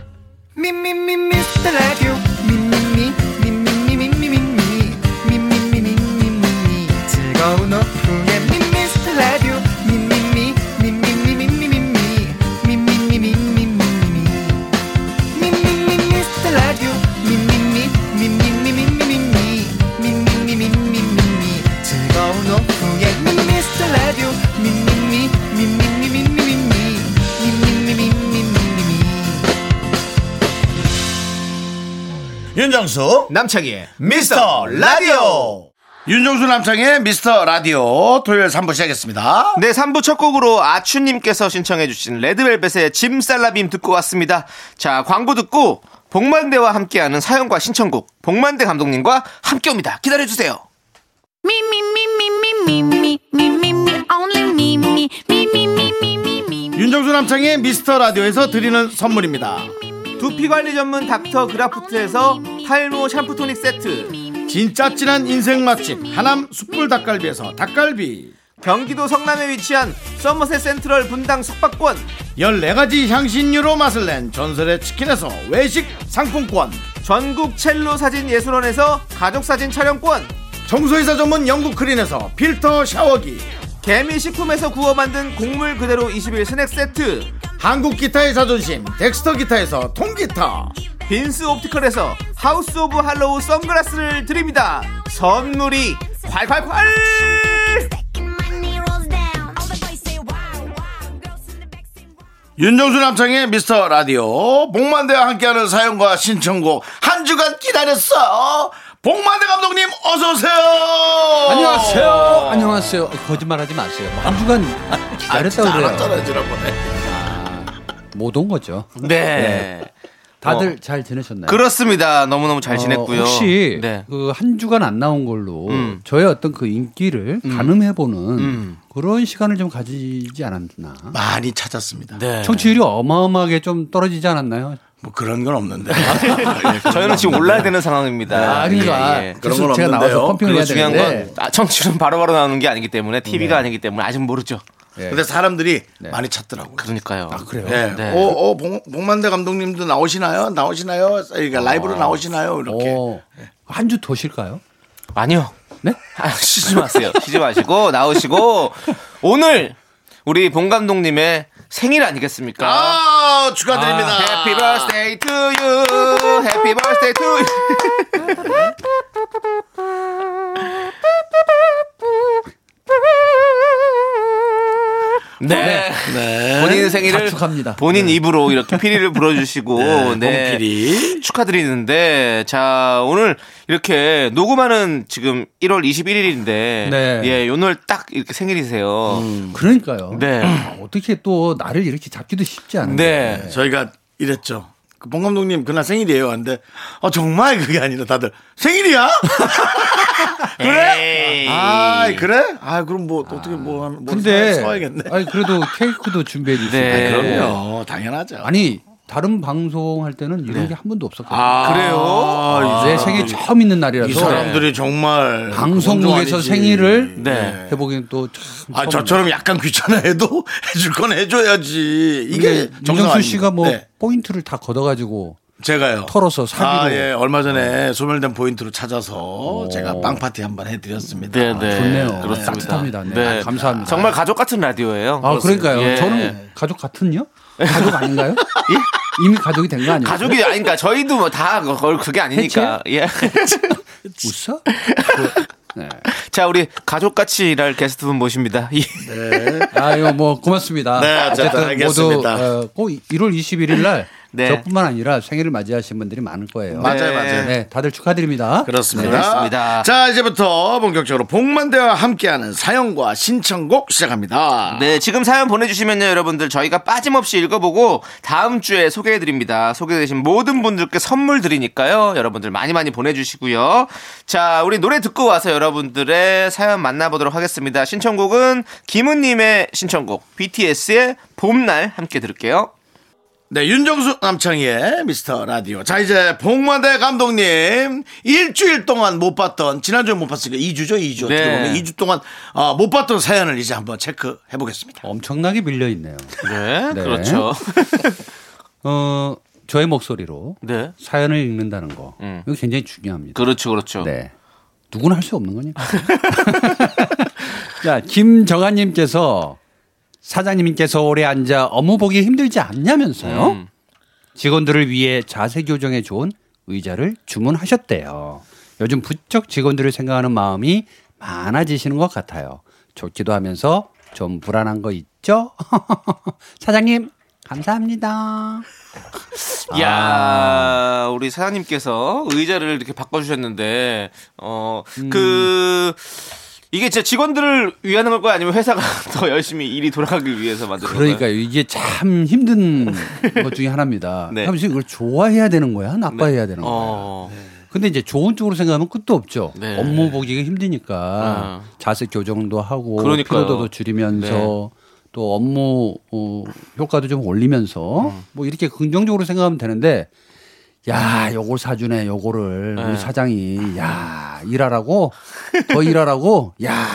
Speaker 6: 미미미 미스터 라디오 미미미 미미미 미미미 미미미 미미미 즐거운 오후에 미미스터 라디오 미미미 미미미 미미미 미미미 미미미 미미미
Speaker 1: 윤정수
Speaker 2: 남창희의
Speaker 1: 미스터 라디오. 윤정수 남창의 미스터 라디오 토요일 3부 시작했습니다.
Speaker 2: 네, 3부 첫 곡으로 아추님께서 신청해주신 레드벨벳의 짐살라빔 듣고 왔습니다. 자, 광고 듣고 복만대와 함께하는 사연과 신청곡, 복만대 감독님과 함께 옵니다. 기다려주세요.
Speaker 5: Me, me, me, me, me, me, me, me, me, me, only me, me, me, me, me, me, me, me, me.
Speaker 1: 윤정수 남창의 미스터 라디오에서 드리는 선물입니다.
Speaker 2: 두피 관리 전문 닥터 그라프트에서 탈모 샴푸 토닉 세트.
Speaker 1: 진짜 진한 인생 맛집 하남 숯불 닭갈비에서 닭갈비.
Speaker 2: 경기도 성남에 위치한 서머셋 센트럴 분당 숙박권.
Speaker 1: 14가지 향신료로 맛을 낸 전설의 치킨에서 외식 상품권.
Speaker 2: 전국 첼로 사진 예술원에서 가족 사진 촬영권.
Speaker 1: 청소이사 전문 영국 크린에서 필터 샤워기.
Speaker 2: 개미 식품에서 구워 만든 곡물 그대로 21 스낵 세트.
Speaker 1: 한국 기타의 자존심 덱스터 기타에서 통기타.
Speaker 2: 빈스 옵티컬에서 하우스 오브 할로우 선글라스를 드립니다. 선물이 콸콸콸!
Speaker 5: Money rolls down. All the boys say wow, wow. Girls in the back say wow.
Speaker 1: 윤정수 남창의 미스터 라디오 복만대와 함께하는 사연과 신청곡 한 주간 기다렸어 복만대 감독님 어서 오세요
Speaker 7: 어. 안녕하세요. 안녕하세요. 거짓말하지 마세요. 뭐한 주간 기다렸다고 그래요.
Speaker 1: 알았잖아요 지난번에
Speaker 7: 못 온 거죠.
Speaker 2: 네.
Speaker 7: 다들
Speaker 2: 어,
Speaker 7: 잘 지내셨나요?
Speaker 2: 그렇습니다. 너무너무 잘 지냈고요.
Speaker 7: 어, 혹시
Speaker 2: 네.
Speaker 7: 그 한 주간 안 나온 걸로 저의 어떤 그 인기를 가늠해보는 그런 시간을 좀 가지지 않았나.
Speaker 1: 많이 찾았습니다
Speaker 7: 네.
Speaker 2: 네.
Speaker 7: 청취율이 어마어마하게 좀 떨어지지 않았나요?
Speaker 1: 뭐 그런 건 없는데
Speaker 7: 네.
Speaker 2: 저희는 지금 올라야 되는 상황입니다.
Speaker 7: 아, 그러니까
Speaker 2: 예, 예.
Speaker 1: 그런
Speaker 7: 그래서
Speaker 1: 건
Speaker 7: 제가
Speaker 1: 없는데요.
Speaker 7: 나와서 펌핑을
Speaker 2: 그리고
Speaker 7: 해야
Speaker 2: 중요한
Speaker 7: 되는데
Speaker 2: 건 아, 청취율은 바로바로 나오는 게 아니기 때문에 TV가 아니기 때문에 아직 모르죠.
Speaker 1: 근데 사람들이
Speaker 7: 네.
Speaker 1: 많이 찾더라고요
Speaker 2: 그러니까요.
Speaker 7: 아, 그래요.
Speaker 1: 네.
Speaker 2: 네.
Speaker 1: 어, 어, 복, 복만대 감독님도 나오시나요? 나오시나요? 그러니까
Speaker 7: 아.
Speaker 1: 라이브로 나오시나요? 이렇게.
Speaker 7: 한 주 더 쉴까요?
Speaker 2: 아니요.
Speaker 7: 네?
Speaker 2: 아, 쉬지 마세요. 쉬지 마시고 나오시고 오늘 우리 본 감독님의 생일 아니겠습니까?
Speaker 1: 아, 축하드립니다.
Speaker 2: Happy birthday to you. Happy birthday to you. 네. 본인 생일을
Speaker 7: 축합니다. 네.
Speaker 2: 본인 입으로 이렇게 피리를 불어주시고 네,
Speaker 1: 봉필이.
Speaker 2: 축하드리는데 자 오늘 이렇게 녹음하는 지금 1월 21일인데
Speaker 7: 네. 음.
Speaker 2: 예 오늘 딱 이렇게 생일이세요.
Speaker 7: 그러니까요.
Speaker 2: 네.
Speaker 7: 어떻게 또 나를 이렇게 잡기도 쉽지
Speaker 1: 음,
Speaker 7: 않은데.
Speaker 2: 네.
Speaker 1: 저희가 이랬죠. 그봉 감독님 그날 생일이에요. 근데 어, 정말 그게 아니라 다들 생일이야?
Speaker 2: 그래?
Speaker 1: 아 그래? 아 그럼 뭐 어떻게 뭐 하면 뭐
Speaker 7: 예. 근데
Speaker 1: 써야겠네.
Speaker 7: 아니 그래도 케이크도 준비해 주시고
Speaker 2: 네.
Speaker 1: 그럼요, 당연하죠.
Speaker 7: 아니 다른 방송 할 때는 이런 게 한 번도 없었거든요.
Speaker 2: 그래요?
Speaker 1: 아,
Speaker 7: 내
Speaker 1: 이
Speaker 7: 생일
Speaker 1: 사람들이-
Speaker 7: 처음 있는 날이라서
Speaker 1: 이 사람들이 정말
Speaker 7: 방송국에서
Speaker 1: 운동 아니지.
Speaker 7: 생일을
Speaker 2: 네.
Speaker 7: 해보기엔 또참
Speaker 1: 아 저처럼 약간 귀찮아해도 해줄 건 해줘야지 이게 정상
Speaker 7: 정정수
Speaker 1: 아닙니까?
Speaker 7: 씨가 뭐
Speaker 1: 네.
Speaker 7: 포인트를 다 걷어가지고
Speaker 1: 제가요.
Speaker 7: 털어서 사기로. 네.
Speaker 1: 아, 예. 얼마 전에 소멸된 포인트로 찾아서 제가 빵 파티 한번 해드렸습니다.
Speaker 2: 네, 네.
Speaker 7: 아, 좋네요.
Speaker 2: 그렇습니다.
Speaker 7: 따뜻합니다. 네. 아, 감사합니다.
Speaker 2: 정말 가족 같은 라디오예요.
Speaker 7: 아 그러니까요.
Speaker 2: 예.
Speaker 7: 저는 가족 같은요? 가족 아닌가요? 이미 가족이 된 거 아니에요?
Speaker 2: 가족이 아니까 그러니까 저희도 뭐다 그게 아니니까. 예.
Speaker 7: 웃어? 네.
Speaker 2: 자, 우리 가족같이 일할 게스트분 모십니다. 예.
Speaker 7: 아유 뭐 고맙습니다.
Speaker 1: 네, 어쨌든 알겠습니다.
Speaker 7: 모두 어, 꼭 1월 21일 날
Speaker 2: 네.
Speaker 7: 저뿐만 아니라 생일을 맞이하신 분들이 많을 거예요.
Speaker 1: 맞아요,
Speaker 2: 네.
Speaker 1: 맞아요.
Speaker 7: 네, 다들 축하드립니다.
Speaker 1: 그렇습니다.
Speaker 2: 네, 그렇습니다.
Speaker 1: 자, 이제부터 본격적으로 복만대와 함께하는 사연과 신청곡 시작합니다.
Speaker 2: 네, 지금 사연 보내주시면요, 여러분들 저희가 빠짐없이 읽어보고 다음 주에 소개해드립니다. 소개되신 모든 분들께 선물 드리니까요, 여러분들 많이 많이 보내주시고요. 자, 우리 노래 듣고 와서 여러분들의 사연 만나보도록 하겠습니다. 신청곡은 김은님의 신청곡 BTS의 봄날 함께 들을게요.
Speaker 1: 네, 윤정수 남창희의 미스터 라디오. 자, 이제 복만대 감독님 일주일 동안 못 봤던 지난주에 못 봤으니까 2주죠, 2주. 어떻게
Speaker 2: 네.
Speaker 1: 보면 2주 동안 아, 못 봤던 사연을 이제 한번 체크해 보겠습니다.
Speaker 7: 엄청나게 밀려 있네요.
Speaker 2: 네,
Speaker 7: 네.
Speaker 2: 그렇죠.
Speaker 7: 어, 저의 목소리로
Speaker 2: 네,
Speaker 7: 사연을 읽는다는 거
Speaker 2: 음.
Speaker 7: 이거 굉장히 중요합니다.
Speaker 2: 그렇죠, 그렇죠.
Speaker 7: 네. 누구나 할 수 없는 거니까. 자, 김정아님께서 사장님께서 오래 앉아 업무 보기 힘들지 않냐면서요.
Speaker 2: 음.
Speaker 7: 직원들을 위해 자세 교정에 좋은 의자를 주문하셨대요. 요즘 부쩍 직원들을 생각하는 마음이 많아지시는 것 같아요. 좋기도 하면서 좀 불안한 거 있죠? 사장님, 감사합니다. 아.
Speaker 2: 야 우리 사장님께서 의자를 이렇게 바꿔주셨는데, 어,
Speaker 7: 음.
Speaker 2: 그, 이게 진짜 직원들을 위하는 걸까요? 아니면 회사가 더 열심히 일이 돌아가기 위해서 만든 걸까요?
Speaker 7: 그러니까 이게 참 힘든 것 중에 하나입니다.
Speaker 2: 네.
Speaker 7: 사실 이걸 좋아해야 되는 거야, 나빠해야 되는 거야.
Speaker 2: 어,
Speaker 7: 근데 이제 좋은 쪽으로 생각하면 끝도 없죠.
Speaker 2: 네.
Speaker 7: 업무 보기가 힘드니까
Speaker 2: 음.
Speaker 7: 자세 교정도 하고
Speaker 2: 그러니까요. 네.
Speaker 7: 피로도도 줄이면서 또 업무 어, 효과도 좀 올리면서
Speaker 2: 음.
Speaker 7: 뭐 이렇게 긍정적으로 생각하면 되는데 야, 요걸 사주네, 요거를
Speaker 2: 네.
Speaker 7: 우리 사장이 야 일하라고 더 일하라고 야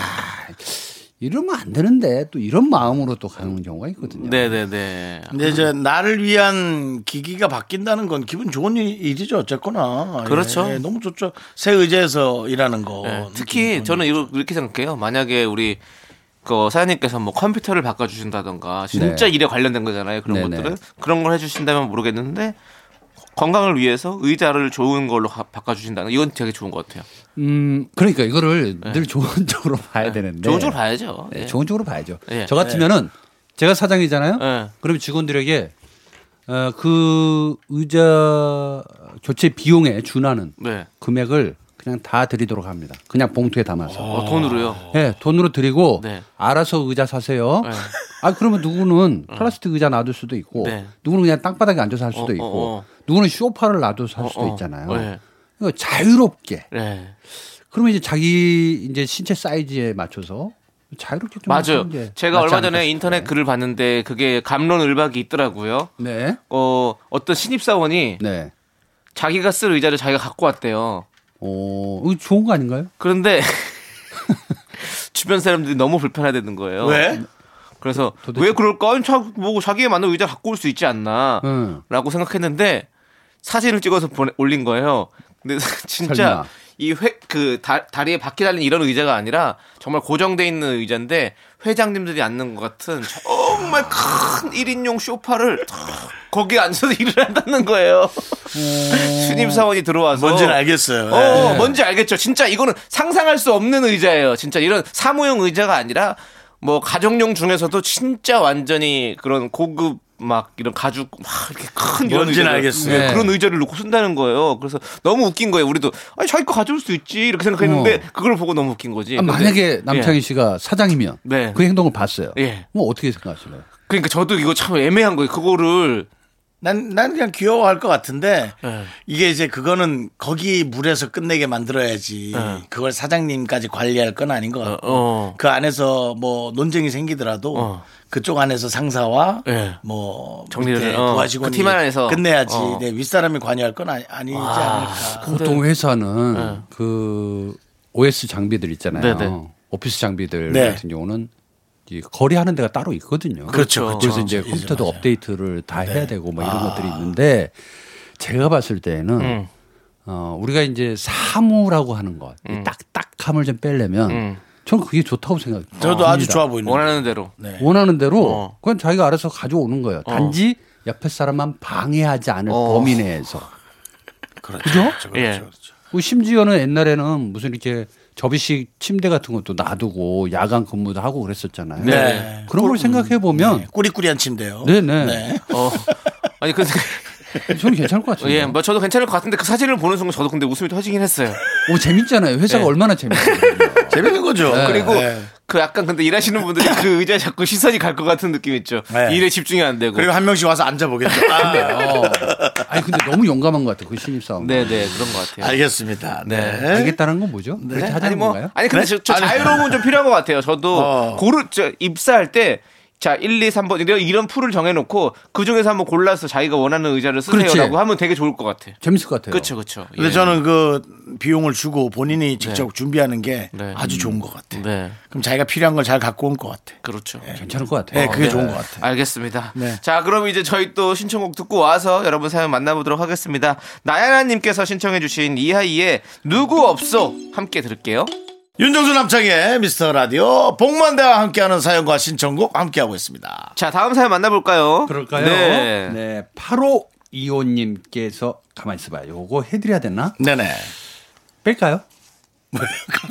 Speaker 7: 이러면 안 되는데 또 이런 마음으로 또 가는 경우가 있거든요.
Speaker 2: 네네네.
Speaker 1: 근데 이제 나를 위한 기기가 바뀐다는 건 기분 좋은 일- 일이죠 어쨌거나
Speaker 2: 그렇죠.
Speaker 1: 예, 예, 너무 좋죠 새 의자에서 일하는 거
Speaker 7: 뭐,
Speaker 2: 네, 특히 저는 이거 이렇게 생각해요. 만약에 우리 그 사장님께서 뭐 컴퓨터를 바꿔주신다던가 진짜 일에 관련된 거잖아요. 그런
Speaker 7: 네. 네네.
Speaker 2: 것들은 그런 걸 해주신다면 모르겠는데 건강을 위해서 의자를 좋은 걸로 가- 바꿔주신다는 이건 되게 좋은 것 같아요.
Speaker 7: 음, 그러니까 이거를 늘 좋은 쪽으로 봐야
Speaker 2: 네.
Speaker 7: 되는데
Speaker 2: 좋은 쪽으로 봐야죠.
Speaker 7: 네,
Speaker 2: 예.
Speaker 7: 좋은 쪽으로 봐야죠.
Speaker 2: 예.
Speaker 7: 저 같으면은 제가 사장이잖아요.
Speaker 2: 예.
Speaker 7: 그럼 직원들에게 어, 그 의자 교체 비용에 준하는
Speaker 2: 네.
Speaker 7: 금액을 그냥 다 드리도록 합니다. 그냥 봉투에 담아서.
Speaker 2: 어, 돈으로요.
Speaker 7: 예, 돈으로 드리고
Speaker 2: 네. 예.
Speaker 7: 알아서 의자 사세요. 아 그러면 누구는 플라스틱 의자 놔둘 수도 있고,
Speaker 2: 어. 네.
Speaker 7: 누구는 그냥 땅바닥에 앉아서 할 수도
Speaker 2: 어,
Speaker 7: 있고,
Speaker 2: 어, 어.
Speaker 7: 누구는 쇼파를 놔둬서 할 수도
Speaker 2: 어, 어.
Speaker 7: 있잖아요.
Speaker 2: 네.
Speaker 7: 그러니까 자유롭게.
Speaker 2: 네.
Speaker 7: 그러면 이제 자기 이제 신체 사이즈에 맞춰서 자유롭게 좀
Speaker 2: 맞아요.
Speaker 7: 하는 게 네.
Speaker 2: 제가
Speaker 7: 낫지
Speaker 2: 얼마
Speaker 7: 않을까
Speaker 2: 전에
Speaker 7: 싶어요.
Speaker 2: 인터넷 글을 봤는데 그게 감론을박이 있더라고요.
Speaker 7: 네.
Speaker 2: 어, 어떤 신입사원이
Speaker 7: 네.
Speaker 2: 자기가 쓸 의자를 자기가 갖고 왔대요.
Speaker 7: 오, 이거 좋은 거 아닌가요?
Speaker 2: 그런데 주변 사람들이 너무 불편하다는 거예요.
Speaker 1: 왜?
Speaker 2: 그래서
Speaker 7: 도대체-
Speaker 2: 왜 그럴까? 자, 뭐 자기에 맞는 의자 갖고 올 수 있지 않나?
Speaker 7: 응.
Speaker 2: 라고 생각했는데 사진을 찍어서 보내- 올린 거예요. 근데 진짜
Speaker 7: 설마.
Speaker 2: 이회그 다리에 바퀴 달린 이런 의자가 아니라 정말 고정돼 있는 의자인데 회장님들이 앉는 것 같은 정말 큰 1인용 쇼파를 탁 거기에 앉아서 일을 한다는 거예요.
Speaker 7: 어.
Speaker 2: 신임 사원이 들어와서
Speaker 1: 뭔지는 알겠어요. 예.
Speaker 2: 어, 뭔지 알겠죠. 진짜 이거는 상상할 수 없는 의자예요. 진짜 이런 사무용 의자가 아니라 뭐 가정용 중에서도 진짜 완전히 그런 고급 막 이런 가죽 막 이렇게 큰 이런
Speaker 1: 뭔지는
Speaker 2: 의자를-
Speaker 1: 알겠어요. 네.
Speaker 2: 예, 그런 의자를 놓고 쓴다는 거예요. 그래서 너무 웃긴 거예요. 우리도 아니 자기 거 가져올 수 있지 이렇게 생각했는데
Speaker 1: 어.
Speaker 2: 그걸 보고 너무 웃긴 거지.
Speaker 7: 아,
Speaker 2: 근데-
Speaker 7: 만약에 남창희
Speaker 2: 예.
Speaker 7: 씨가 사장이면
Speaker 2: 네.
Speaker 7: 그 행동을 봤어요.
Speaker 2: 예.
Speaker 7: 뭐 어떻게 생각하실래요?
Speaker 2: 그러니까 저도 이거 참 애매한 거예요. 그거를
Speaker 1: 난, 난 그냥 귀여워할 것 같은데 이게 이제 그거는 거기 물에서 끝내게 만들어야지 그걸 사장님까지 관리할 건 아닌 것 같고
Speaker 2: 어.
Speaker 1: 그 안에서 뭐 논쟁이 생기더라도
Speaker 2: 어.
Speaker 1: 그쪽 안에서 상사와
Speaker 2: 예.
Speaker 1: 뭐
Speaker 2: 정리를,
Speaker 1: 밑에
Speaker 2: 어,
Speaker 1: 부하직원이
Speaker 2: 그팀 안에서.
Speaker 1: 끝내야지
Speaker 2: 어. 그
Speaker 1: 내 윗사람이 관여할 건 아니, 아니지 않을까
Speaker 7: 보통 회사는
Speaker 1: 네.
Speaker 7: 그 OS 장비들 있잖아요.
Speaker 2: 네네.
Speaker 7: 오피스 장비들
Speaker 1: 네.
Speaker 7: 같은 경우는 이 거래하는 데가 따로 있거든요.
Speaker 1: 그렇죠, 아. 그렇죠.
Speaker 7: 그래서 이제
Speaker 1: 그렇죠.
Speaker 7: 컴퓨터도
Speaker 1: 맞아요. 네.
Speaker 7: 업데이트를 다 해야 되고 막 이런 것들이 있는데 제가 봤을 때는
Speaker 1: 음.
Speaker 7: 어, 우리가 이제 사무라고 하는 것,
Speaker 1: 음.
Speaker 7: 이 딱딱함을 좀 빼려면 저는 그게 좋다고 생각합니다.
Speaker 1: 저도 아주 좋아 보이는
Speaker 2: 음, 원하는 대로.
Speaker 1: 네.
Speaker 7: 원하는 대로
Speaker 2: 어.
Speaker 7: 그건 자기가 알아서 가져오는 거예요.
Speaker 1: 어.
Speaker 7: 단지 옆에 사람만 방해하지 않을
Speaker 2: 어.
Speaker 7: 범위 내에서.
Speaker 1: 그렇죠, 그렇죠,
Speaker 2: 예.
Speaker 1: 그렇죠.
Speaker 7: 그 심지어는 옛날에는 무슨 이렇게 접이식 침대 같은 것도 놔두고 야간 근무도 하고 그랬었잖아요.
Speaker 2: 네.
Speaker 7: 그런 걸 생각해 보면
Speaker 1: 꾸리꾸리한 침대요
Speaker 7: 네, 네.
Speaker 2: 어. 아니 그
Speaker 7: 저는 괜찮을 것 같아요.
Speaker 2: 예, 뭐 저도 괜찮을 것 같은데 그 사진을 보는 순간 저도 근데 웃음이 터지긴 했어요.
Speaker 7: 오 재밌잖아요. 회사가
Speaker 2: 네.
Speaker 7: 얼마나 재밌어요.
Speaker 1: 재밌는 거죠
Speaker 2: 그리고
Speaker 1: 네.
Speaker 2: 그 약간 근데 일하시는 분들이 그 의자에 자꾸 시선이 갈 것 같은 느낌 있죠.
Speaker 1: 네.
Speaker 2: 일에 집중이 안 되고.
Speaker 1: 그리고 한 명씩 와서 앉아보겠죠 아,
Speaker 7: 어. 아니 근데 너무 용감한 것 같아요. 그 신입사원.
Speaker 2: 네, 네, 그런 것 같아요.
Speaker 1: 알겠습니다 네.
Speaker 7: 알겠다는 건 뭐죠? 그렇게 하자는
Speaker 2: 아니 뭐
Speaker 7: 건가요?
Speaker 2: 아니 근데 저, 저
Speaker 1: 아니.
Speaker 2: 자유로움은 좀 필요한 것 같아요. 저도
Speaker 1: 어.
Speaker 2: 고르 저 입사할 때. 자, 1, 2, 3번 이런- 이런 풀을 정해놓고 그 중에서 한번 골라서 자기가 원하는 의자를 쓰세요라고
Speaker 7: 그렇지.
Speaker 2: 하면 되게 좋을 것 같아.
Speaker 7: 재밌을 것 같아요.
Speaker 2: 그렇죠, 그렇죠.
Speaker 1: 근데 저는 그 비용을 주고 본인이 직접 준비하는 게
Speaker 2: 네.
Speaker 1: 아주 좋은 것 같아.
Speaker 2: 네,
Speaker 1: 그럼 자기가 필요한 걸 잘 갖고 온 것 같아.
Speaker 2: 그렇죠.
Speaker 7: 괜찮을 것 같아요.
Speaker 1: 네, 그게
Speaker 2: 네.
Speaker 1: 좋은 것 같아.
Speaker 2: 알겠습니다.
Speaker 1: 네.
Speaker 2: 자, 그럼 이제 저희 또 신청곡 듣고 와서 여러분 사연 만나보도록 하겠습니다. 나야나님께서 신청해주신 이하이의 누구 없소 함께 들을게요.
Speaker 1: 윤정수 남창의 미스터 라디오 복만대와 함께하는 사연과 신청곡 함께하고 있습니다.
Speaker 2: 자, 다음 사연 만나볼까요?
Speaker 7: 그럴까요?
Speaker 2: 네.
Speaker 7: 네. 8호 2호님께서 가만히 있어봐요. 요거 해드려야 되나?
Speaker 1: 네네.
Speaker 7: 뺄까요?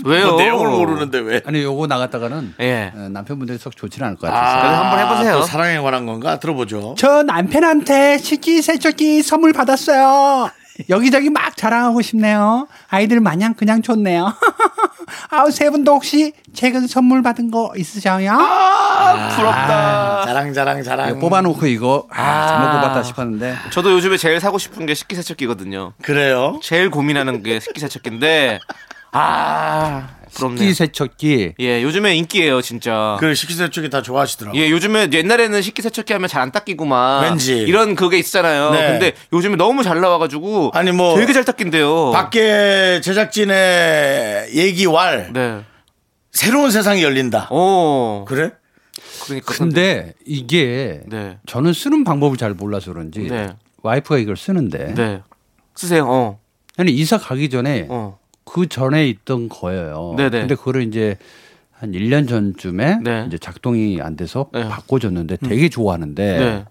Speaker 2: 왜요?
Speaker 1: 뭐 내용을 모르는데 왜?
Speaker 7: 아니 요거 나갔다가는
Speaker 2: 예.
Speaker 7: 어, 남편분들이 썩 좋지는 않을 것 같아서.
Speaker 2: 그래도 한번 해보세요.
Speaker 1: 또 사랑에 관한 건가 들어보죠.
Speaker 7: 저 남편한테 식기세척기 선물 받았어요. 여기저기 막 자랑하고 싶네요. 아이들 마냥 그냥 좋네요. 아우 세 분도 혹시 최근 선물 받은 거 있으셔요?
Speaker 2: 아.
Speaker 1: 부럽다. 자랑 자랑
Speaker 7: 예,
Speaker 1: 자랑.
Speaker 7: 아, 뽑아놓고 이거 아, 잘못 뽑았다 싶었는데
Speaker 2: 저도 요즘에 제일 사고 싶은 게 식기세척기거든요.
Speaker 1: 그래요?
Speaker 2: 제일 고민하는 게 식기세척기인데, 아, 부럽네요.
Speaker 7: 식기세척기
Speaker 2: 예, 요즘에 인기예요, 진짜.
Speaker 1: 그 식기세척이 다 좋아하시더라고. 요
Speaker 2: 예, 요즘에 옛날에는 식기세척기 하면 잘 안 닦이구만.
Speaker 1: 왠지.
Speaker 2: 이런 그게 있잖아요.
Speaker 1: 네.
Speaker 2: 근데 요즘에 너무 잘 나와가지고
Speaker 1: 아니, 뭐
Speaker 2: 되게 잘 닦인대요.
Speaker 1: 밖에 제작진의 얘기왈
Speaker 2: 네. 어.
Speaker 1: 새로운 세상이 열린다.
Speaker 2: 오.
Speaker 1: 그래?
Speaker 2: 그러니까
Speaker 7: 근데 이게
Speaker 2: 네.
Speaker 7: 저는 쓰는 방법을 잘 몰라서 그런지
Speaker 2: 네.
Speaker 7: 와이프가 이걸 쓰는데
Speaker 2: 네. 쓰세요. 어.
Speaker 7: 아니 이사 가기 전에
Speaker 2: 어.
Speaker 7: 그 전에 있던 거예요.
Speaker 2: 네네.
Speaker 7: 근데 그거를 이제 한 1년 전쯤에
Speaker 2: 네.
Speaker 7: 이제 작동이 안 돼서
Speaker 2: 네.
Speaker 7: 바꿔줬는데 되게 좋아하는데
Speaker 2: 네.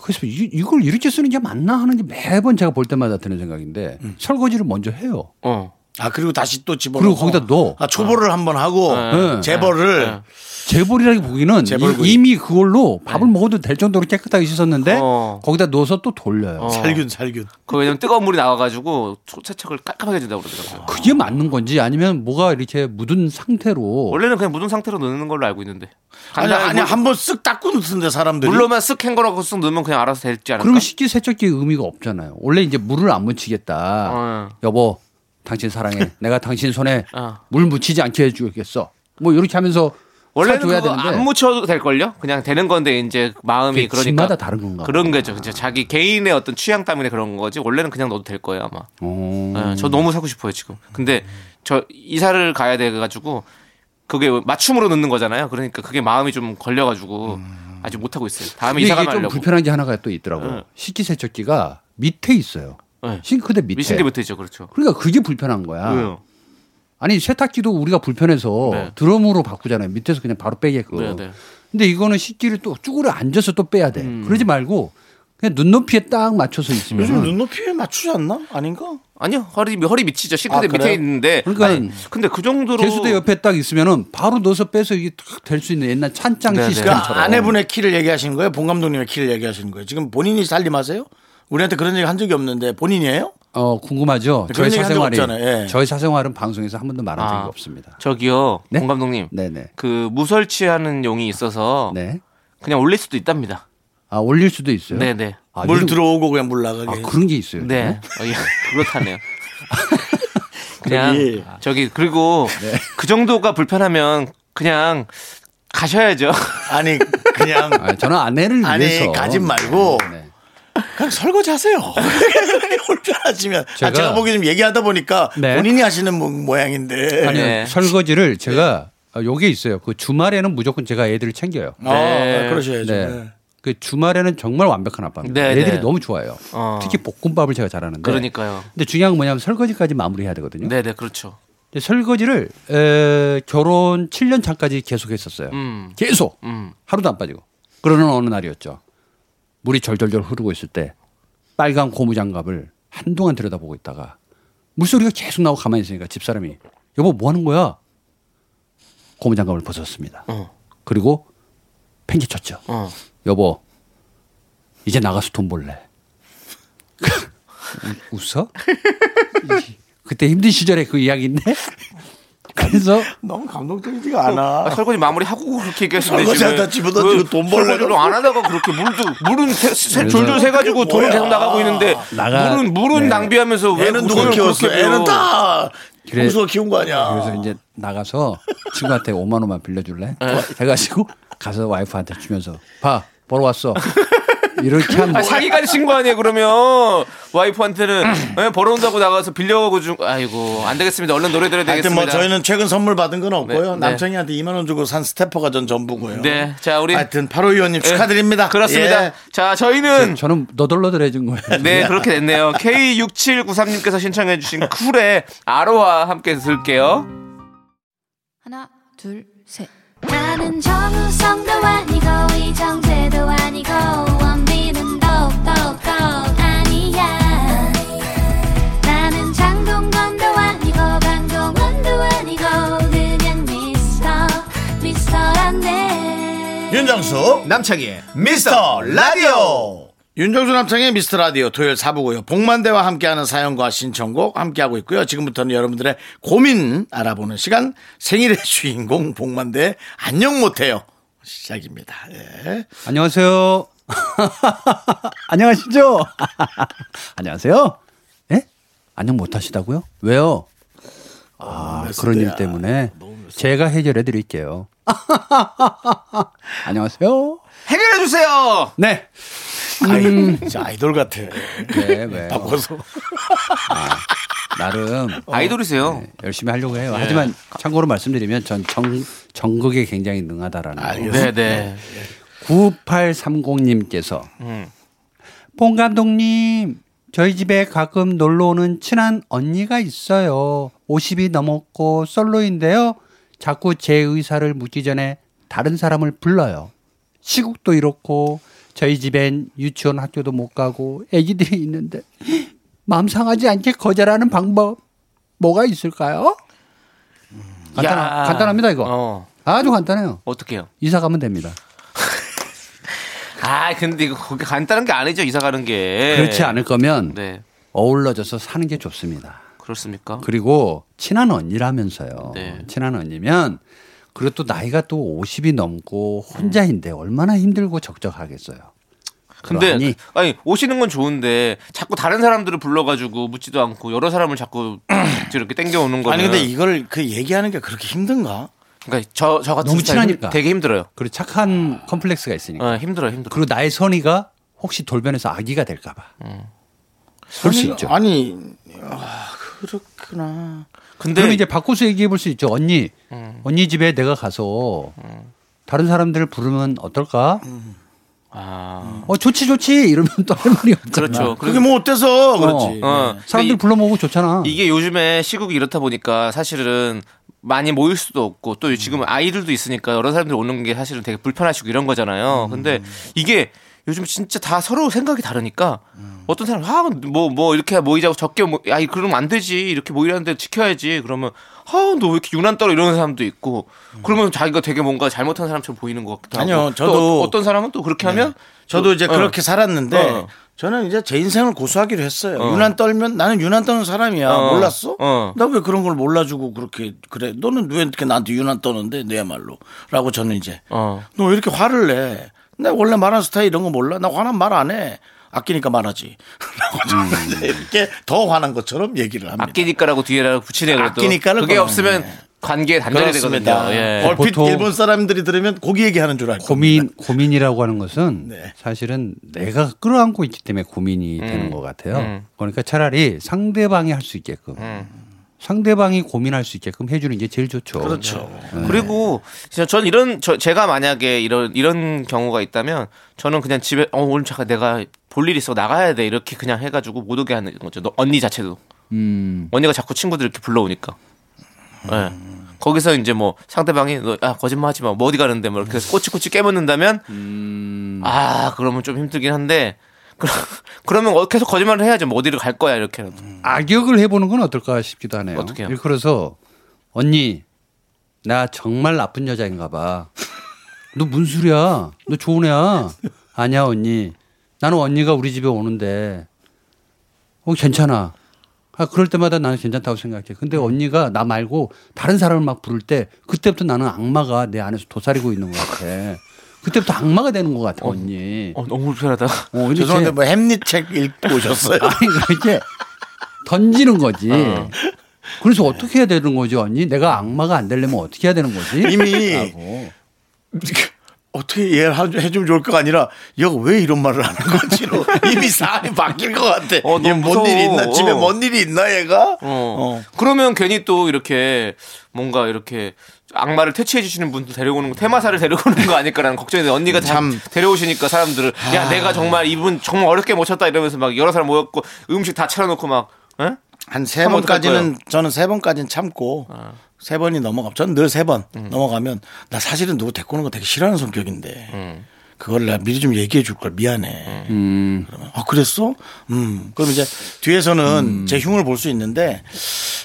Speaker 7: 그래서 이, 이걸 이렇게 쓰는 게 맞나 하는 게 매번 제가 볼 때마다 드는 생각인데
Speaker 2: 음.
Speaker 7: 설거지를 먼저 해요.
Speaker 2: 어.
Speaker 1: 아 그리고 다시 또 집어.
Speaker 7: 그리고 거기다 넣어.
Speaker 1: 아 초보를 한번 하고
Speaker 7: 네.
Speaker 1: 재벌을
Speaker 2: 네.
Speaker 7: 재벌이라기 보기는
Speaker 1: 재벌구이.
Speaker 7: 이미 그걸로 밥을 먹어도 될 정도로 깨끗하게 씻었는데
Speaker 2: 어.
Speaker 7: 거기다 넣어서 또 돌려요.
Speaker 2: 어.
Speaker 1: 살균 살균.
Speaker 2: 그 왜냐면 뜨거운 물이 나와가지고 초- 세척을 깔끔하게 해준다고 그러더라고요.
Speaker 7: 그게 맞는 건지 아니면 뭐가 이렇게 묻은 상태로
Speaker 2: 원래는 그냥 무슨 상태로 넣는 걸로 알고 있는데.
Speaker 1: 아니
Speaker 2: 간단하게
Speaker 1: 아니
Speaker 2: 물-
Speaker 1: 한 번 쓱 닦고 넣던데 사람들이.
Speaker 2: 물로만 쓱 헹궈라고 쓱 넣으면 그냥 알아서 될지 않을까?
Speaker 7: 그럼 식기세척기 의미가 없잖아요. 원래 이제 물을 안 묻히겠다.
Speaker 2: 어.
Speaker 7: 여보, 당신 사랑해. 내가 당신 손에
Speaker 2: 어.
Speaker 7: 물 묻히지 않게 해주겠어. 뭐 이렇게 하면서
Speaker 2: 원래는
Speaker 7: 사줘야
Speaker 2: 그거
Speaker 7: 되는데
Speaker 2: 안 묻혀도 될걸요? 그냥 되는 건데 이제 마음이
Speaker 7: 그게
Speaker 2: 그러니까
Speaker 7: 집마다 다른 건가
Speaker 2: 그런
Speaker 7: 보다.
Speaker 2: 거죠. 진짜 자기 개인의 어떤 취향 때문에 그런 거지. 원래는 그냥 넣어도 될 거예요 아마.
Speaker 7: 어.
Speaker 2: 예, 저 너무 사고 싶어요 지금. 근데 저 이사를 가야 돼 가지고 그게 맞춤으로 넣는 거잖아요. 그러니까 그게 마음이 좀 걸려가지고 아직 못 하고 있어요. 다음에
Speaker 7: 음. 근데
Speaker 2: 이사
Speaker 7: 이게 좀
Speaker 2: 가면 하려고.
Speaker 7: 불편한 게 하나가 또 있더라고. 요
Speaker 2: 네.
Speaker 7: 식기세척기가 밑에 있어요.
Speaker 2: 네.
Speaker 7: 싱크대 밑에.
Speaker 2: 미친 게 못했죠, 그렇죠.
Speaker 7: 그러니까 그게 불편한
Speaker 1: 아,
Speaker 7: 거야.
Speaker 2: 왜요?
Speaker 7: 아니 세탁기도 우리가 불편해서
Speaker 2: 네.
Speaker 7: 드럼으로 바꾸잖아요. 밑에서 그냥 바로 빼게끔.
Speaker 2: 네, 네.
Speaker 7: 근데 이거는 식기를 또 쭈그려 앉아서 또 빼야 돼.
Speaker 2: 음.
Speaker 7: 그러지 말고 그냥 눈높이에 딱 맞춰서 있으면
Speaker 1: 요즘 눈높이에 맞추지 않나? 아닌가?
Speaker 2: 아니요, 허리 허리 미치죠. 싱크대
Speaker 1: 아, 그래요?
Speaker 2: 밑에 있는데.
Speaker 7: 그러니까
Speaker 2: 아니, 근데 그 정도로
Speaker 7: 개수대 옆에 딱 있으면은 바로 넣어서 빼서 이게 탁 될 수 있는 옛날 찬장
Speaker 2: 네네. 그러니까
Speaker 1: 그
Speaker 7: 시스템처럼.
Speaker 1: 아내분의 키를 얘기하시는 거예요? 본 감독님의 키를 얘기하시는 거예요? 지금 본인이 살림하세요? 우리한테 그런 얘기 한 적이 없는데 본인이에요?
Speaker 7: 어 궁금하죠.
Speaker 2: 네,
Speaker 7: 저희
Speaker 1: 얘기 한 적이
Speaker 7: 사생활이
Speaker 1: 없잖아요. 예.
Speaker 7: 저희 사생활은 방송에서 한 번도 말한 적이
Speaker 2: 아.
Speaker 7: 없습니다.
Speaker 2: 저기요,
Speaker 7: 네?
Speaker 2: 공 감독님.
Speaker 7: 네네.
Speaker 2: 그 무설치하는 용이 있어서
Speaker 7: 네.
Speaker 2: 그냥 올릴 수도 있답니다.
Speaker 7: 아 올릴 수도 있어요.
Speaker 2: 네네.
Speaker 7: 아,
Speaker 1: 물
Speaker 7: 요즘-
Speaker 1: 들어오고 그냥 물 나가게.
Speaker 7: 아, 그런 게 있어요.
Speaker 2: 네. 어, 예, 그렇다네요. 그냥
Speaker 1: 저기- 네.
Speaker 2: 저기, 그리고 그 정도가 불편하면 그냥 가셔야죠.
Speaker 1: 아니 그냥
Speaker 7: 아, 저는 아내를
Speaker 1: 아니,
Speaker 7: 위해서
Speaker 1: 가진 말고.
Speaker 7: 네.
Speaker 1: 그냥 설거지 하세요. 그렇게 불편하시면 제가, 아,
Speaker 7: 제가-
Speaker 1: 제가 보기 좀 얘기하다 보니까
Speaker 7: 네.
Speaker 1: 본인이 하시는 모- 모양인데.
Speaker 7: 아니요
Speaker 2: 네.
Speaker 7: 설거지를 제가 아, 요게 있어요. 그 주말에는 무조건 제가 애들을 챙겨요.
Speaker 1: 아,
Speaker 2: 네.
Speaker 1: 그러셔야죠.
Speaker 7: 네.
Speaker 1: 네.
Speaker 7: 그 주말에는 정말 완벽한 아빠입니다.
Speaker 2: 네,
Speaker 7: 애들이
Speaker 2: 네.
Speaker 7: 너무 좋아해요.
Speaker 2: 어.
Speaker 7: 특히 볶음밥을 제가 잘하는데.
Speaker 2: 그러니까요.
Speaker 7: 근데 중요한 건 뭐냐면 설거지까지 마무리해야 되거든요.
Speaker 2: 네, 네, 그렇죠.
Speaker 7: 근데 설거지를 에, 결혼 7년 차까지 계속했었어요.
Speaker 2: 음.
Speaker 7: 계속
Speaker 2: 음.
Speaker 7: 하루도 안 빠지고. 그러는 어느 날이었죠. 물이 절절절 흐르고 있을 때 빨간 고무장갑을 한동안 들여다보고 있다가 물소리가 계속 나고 가만히 있으니까 집사람이 여보 뭐 하는 거야? 고무장갑을 벗었습니다.
Speaker 2: 어.
Speaker 7: 그리고 팽개쳤죠.
Speaker 2: 어.
Speaker 7: 여보 이제 나가서 돈 벌래. 우- 웃어? 그때 힘든 시절의 그 이야기인데 그래서
Speaker 1: 너무 감동적이지가 않아.
Speaker 2: 아, 설거지 마무리하고 그렇게 얘기하시는데
Speaker 1: 설거지 하다 집어던지고
Speaker 2: 왜
Speaker 1: 돈 벌려고
Speaker 2: 설거지를 안 하다가 그렇게 물도 물은 세- 세- 줄줄 새 가지고 돈은 계속 나가고 있는데
Speaker 7: 나가-
Speaker 2: 물은 물은
Speaker 7: 네.
Speaker 2: 낭비하면서 왜
Speaker 1: 애는
Speaker 2: 돈을
Speaker 1: 누가
Speaker 2: 그렇게
Speaker 1: 키웠어?
Speaker 2: 줘요?
Speaker 1: 애는 다
Speaker 7: 그래.
Speaker 1: 공수가 키운 거 아니야.
Speaker 7: 그래서 이제 나가서 친구한테 5만 원만 빌려줄래? 해가지고 가서 와이프한테 주면서 봐 벌어왔어. 이렇게 한
Speaker 1: 뭐
Speaker 2: 아, 사기까지 친거 아니에요 그러면
Speaker 1: 음.
Speaker 2: 와이프한테는 예, 벌어온다고 나가서 빌려가고 좀 아이고 안 되겠습니다 얼른 노래 들어야 되겠습니다.
Speaker 1: 하여튼 뭐 저희는 최근 선물 받은 건 없고요.
Speaker 2: 네.
Speaker 1: 남창이한테 2만 원 주고 산 스태퍼가 전 전부고요.
Speaker 2: 네, 자 우리
Speaker 1: 하여튼 8호 의원님
Speaker 2: 예,
Speaker 1: 아, 축하드립니다.
Speaker 2: 그렇습니다.
Speaker 1: 예.
Speaker 2: 자 저희는
Speaker 7: 저는 너덜너덜해진 거예요.
Speaker 2: 네 그렇게 됐네요. K6793님께서 신청해주신 쿨의 아로하 함께 들을게요.
Speaker 5: 하나, 둘, 셋.
Speaker 8: 나는 정우성도 아니고 이정재도 아니고 원빈은 더욱더 아니야 나는 장동건도 아니고 강동원도 아니고 그냥 미스터 미스터란데
Speaker 1: 윤정수 남창희 미스터 라디오 윤정수 남창희 미스터 라디오 토요일 사부고요 복만대와 함께하는 사연과 신청곡 함께하고 있고요 지금부터는 여러분들의 고민 알아보는 시간 생일의 주인공 복만대 안녕 못해요 시작입니다 예.
Speaker 7: 안녕하세요. 안녕하시죠? 안녕하세요. 예? 안녕 못 하시다고요? 왜요? 아, 그런 일 때문에
Speaker 2: 아,
Speaker 7: 제가 해결해 드릴게요. 안녕하세요.
Speaker 2: 해결해 주세요.
Speaker 7: 네.
Speaker 1: 아이, 진짜 아이돌 같아 예.
Speaker 7: 네, 왜?
Speaker 1: 바꿔서
Speaker 7: 나름
Speaker 1: 어.
Speaker 2: 아이돌이세요.
Speaker 7: 네, 열심히 하려고 해요. 하지만 참고로 말씀드리면 전 정, 정극에 굉장히 능하다라는
Speaker 1: 아,
Speaker 7: 거.
Speaker 2: 네, 네.
Speaker 7: 9830님께서 봉 감독님 저희 집에 가끔 놀러 오는 친한 언니가 있어요. 50이 넘었고 솔로인데요. 자꾸 제 의사를 묻기 전에 다른 사람을 불러요. 시국도 이렇고 저희 집엔 유치원 학교도 못 가고 애기들이 있는데 마음 상하지 않게 거절하는 방법 뭐가 있을까요?
Speaker 2: 음. 야.
Speaker 7: 간단, 간단합니다 이거.
Speaker 2: 어.
Speaker 7: 아주 간단해요.
Speaker 2: 어떻게요?
Speaker 7: 이사 가면 됩니다.
Speaker 2: 아, 근데 이거 그렇게 간단한 게 아니죠. 이사 가는 게.
Speaker 7: 그렇지 않을 거면
Speaker 2: 예. 네.
Speaker 7: 어울러져서 사는 게 좋습니다.
Speaker 2: 그렇습니까?
Speaker 7: 그리고 친한 언니라면서요.
Speaker 2: 네.
Speaker 7: 친한 언니면 그리고 또 나이가 또 50이 넘고 혼자인데 얼마나 힘들고 적적하겠어요.
Speaker 2: 근데
Speaker 7: 그러하니
Speaker 2: 아니 오시는 건 좋은데 자꾸 다른 사람들을 불러가지고 묻지도 않고 여러 사람을 자꾸 이렇게 땡겨오는 거는
Speaker 1: 아니 근데 이걸 그 얘기하는 게 그렇게 힘든가
Speaker 2: 그러니까 저, 저 같은
Speaker 7: 너무
Speaker 2: 스타일은
Speaker 7: 친하니까.
Speaker 2: 되게 힘들어요.
Speaker 7: 그리고 착한 컴플렉스가 있으니까.
Speaker 2: 어, 힘들어 힘들어.
Speaker 7: 그리고 나의 선의가 혹시 돌변해서 아기가 될까봐.
Speaker 2: 음.
Speaker 7: 그럴 수 있죠.
Speaker 1: 아니 아, 그렇구나
Speaker 2: 근데 음.
Speaker 7: 그럼 이제 바꿔서 얘기해 볼 수 있죠. 언니, 언니 집에 내가 가서 다른 사람들을 부르면 어떨까?
Speaker 2: 음. 아
Speaker 7: 어 좋지 좋지 이러면 또 할 말이 없잖아.
Speaker 2: 그렇죠.
Speaker 1: 그게 뭐 어때서 그렇지
Speaker 2: 어,
Speaker 7: 예. 사람들
Speaker 2: 근데
Speaker 7: 불러 먹고 좋잖아.
Speaker 1: 어.
Speaker 2: 이- 이게 요즘에 시국이 이렇다 보니까 사실은 많이 모일 수도 없고
Speaker 1: 음.
Speaker 2: 또 지금 아이들도 있으니까 여러 사람들 오는 게 사실은 되게 불편하시고 이런
Speaker 1: 음.
Speaker 2: 거잖아요. 근데 이게 요즘 진짜 다 서로 생각이 다르니까
Speaker 1: 음.
Speaker 2: 어떤 사람 아뭐뭐 이렇게 모이자고 적게 모, 아이 그러면 안 되지 이렇게 모이라는데 지켜야지 그러면 아너 왜 이렇게 유난 떨어 이러는 사람도 있고 그러면 자기가 되게 뭔가 잘못한 사람처럼 보이는 것 같기도
Speaker 1: 음.
Speaker 2: 하고
Speaker 1: 아니요,
Speaker 2: 또
Speaker 1: 저도- 네.
Speaker 2: 어, 떤 사람은 또 그렇게 하면
Speaker 1: 저도 이제
Speaker 2: 어.
Speaker 1: 그렇게 살았는데
Speaker 2: 어.
Speaker 1: 저는 이제 제 인생을 고수하기로 했어요.
Speaker 2: 어.
Speaker 1: 유난 떨면 나는 유난 떠는 사람이야.
Speaker 2: 어.
Speaker 1: 몰랐어?
Speaker 2: 어.
Speaker 1: 나 왜 그런 걸 몰라주고 그렇게 그래? 너는 왜 이렇게 나한테 유난 떠는데 내말로?라고 저는 이제
Speaker 2: 어.
Speaker 1: 너 왜 이렇게 화를 내? 나 원래 말하는 스타일 이런 거 몰라? 나 화난 말 안 해. 아끼니까 말하지. 라고 좀 이렇게 더 화난 것처럼 얘기를 합니다.
Speaker 2: 음. 아끼니까라고 뒤에라고 붙이네요. 그래도.
Speaker 1: 아끼니까를
Speaker 2: 그게
Speaker 1: 걸어요.
Speaker 2: 없으면
Speaker 1: 네.
Speaker 2: 관계에 단절이 되거든요. 예.
Speaker 1: 얼핏
Speaker 7: 보통-
Speaker 1: 일본 사람들이 들으면 고기 얘기하는 줄 알고.
Speaker 7: 고민 고민이라고 하는 것은
Speaker 1: 네.
Speaker 7: 사실은 내가 끌어안고 있기 때문에 고민이 되는 것 같아요. 그러니까 차라리 상대방이 할 수 있게끔 상대방이 고민할 수 있게끔 해주는 게 제일 좋죠.
Speaker 1: 그렇죠.
Speaker 2: 그리고 진짜 전 이런 저, 제가 만약에 이런 이런 경우가 있다면 저는 그냥 집에 어 오늘 잠깐 내가 볼 일 있어 나가야 돼 이렇게 그냥 해가지고 못 오게 하는 거죠. 너, 언니 자체도 언니가 자꾸 친구들 이렇게 불러오니까. 예. 거기서 이제 뭐 상대방이 너, 아 거짓말 하지 마. 뭐 어디 가는데 뭐 이렇게 해서 꼬치꼬치 깨묻는다면 아 그러면 좀 힘들긴 한데 그러, 그러면 어, 계속 거짓말을 해야죠. 뭐 어디를 갈 거야 이렇게.
Speaker 7: 악역을 해보는 건 어떨까 싶기도 하네요.
Speaker 2: 어떻게 해요?
Speaker 7: 일컬어서 언니 나 정말 나쁜 여자인가 봐. 너 뭔 소리야? 너 좋은 애야? 아니야 언니. 나는 언니가 우리 집에 오는데 어 괜찮아. 아 그럴 때마다 나는 괜찮다고 생각해. 근데 언니가 나 말고 다른 사람을 막 부를 때 그때부터 나는 악마가 내 안에서 도사리고 있는 것 같아. 그때부터 악마가 되는 것 같아 언니.
Speaker 2: 어 너무 불편하다.
Speaker 7: 어, 근데
Speaker 1: 죄송한데
Speaker 7: 쟤-
Speaker 1: 뭐 햄릿책 읽고 오셨어요?
Speaker 7: 아니 그러니까 이렇게 던지는 거지. 그래서 어떻게 해야 되는 거지 언니? 내가 악마가 안 되려면 어떻게 해야 되는 거지?
Speaker 1: 이미-
Speaker 7: 라고.
Speaker 1: 어떻게 이해를 하- 해주면 좋을까가 아니라 얘가 왜 이런 말을 하는 건지로 이미 사안이 바뀔 것 같아.
Speaker 2: 어, 너무
Speaker 1: 얘뭔 일이
Speaker 2: 무서워.
Speaker 1: 있나? 집에
Speaker 2: 어.
Speaker 1: 뭔 일이 있나 얘가?
Speaker 2: 어.
Speaker 1: 어.
Speaker 2: 그러면 괜히 또 이렇게 뭔가 이렇게 악마를 퇴치해 주시는 분들 데려오는 거 테마사를 데려오는 거 아닐까라는 걱정이 돼요. 언니가 참 아. 데려오시니까 사람들을 야 내가 정말 이분 정말 어렵게 모셨다 이러면서 막 여러 사람 모였고 음식 다 차려놓고 막 에?
Speaker 1: 한 세
Speaker 2: 한번
Speaker 1: 번까지는 저는 세 번까지는 참고 세 번이 넘어가. 저는 늘 세 번 넘어가면 나 사실은 누구 데리고 오는 거 되게 싫어하는 성격인데 그걸 내가 미리 좀 얘기해 줄 걸 미안해. 그러면 아 그랬어? 음. 그럼 이제 뒤에서는 제 흉을 볼 수 있는데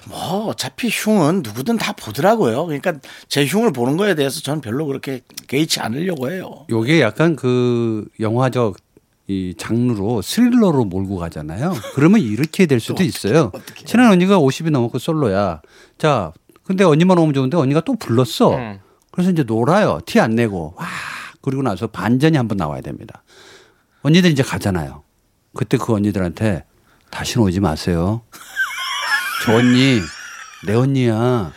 Speaker 1: 뭐 어차피 흉은 누구든 다 보더라고요. 그러니까 제 흉을 보는 거에 대해서 저는 별로 그렇게 개의치 않으려고 해요.
Speaker 7: 요게 약간 그 영화적 이 장르로 스릴러로 몰고 가잖아요. 그러면 이렇게 될 수도 있어요. 친한 언니가 50이 넘었고 솔로야. 자, 근데 언니만 오면 좋은데 언니가 또 불렀어. 그래서 이제 놀아요. 티 안 내고. 와. 그리고 나서 반전이 한번 나와야 됩니다. 언니들 이제 가잖아요. 그때 그 언니들한테 다시는 오지 마세요. 저 언니, 내 언니야.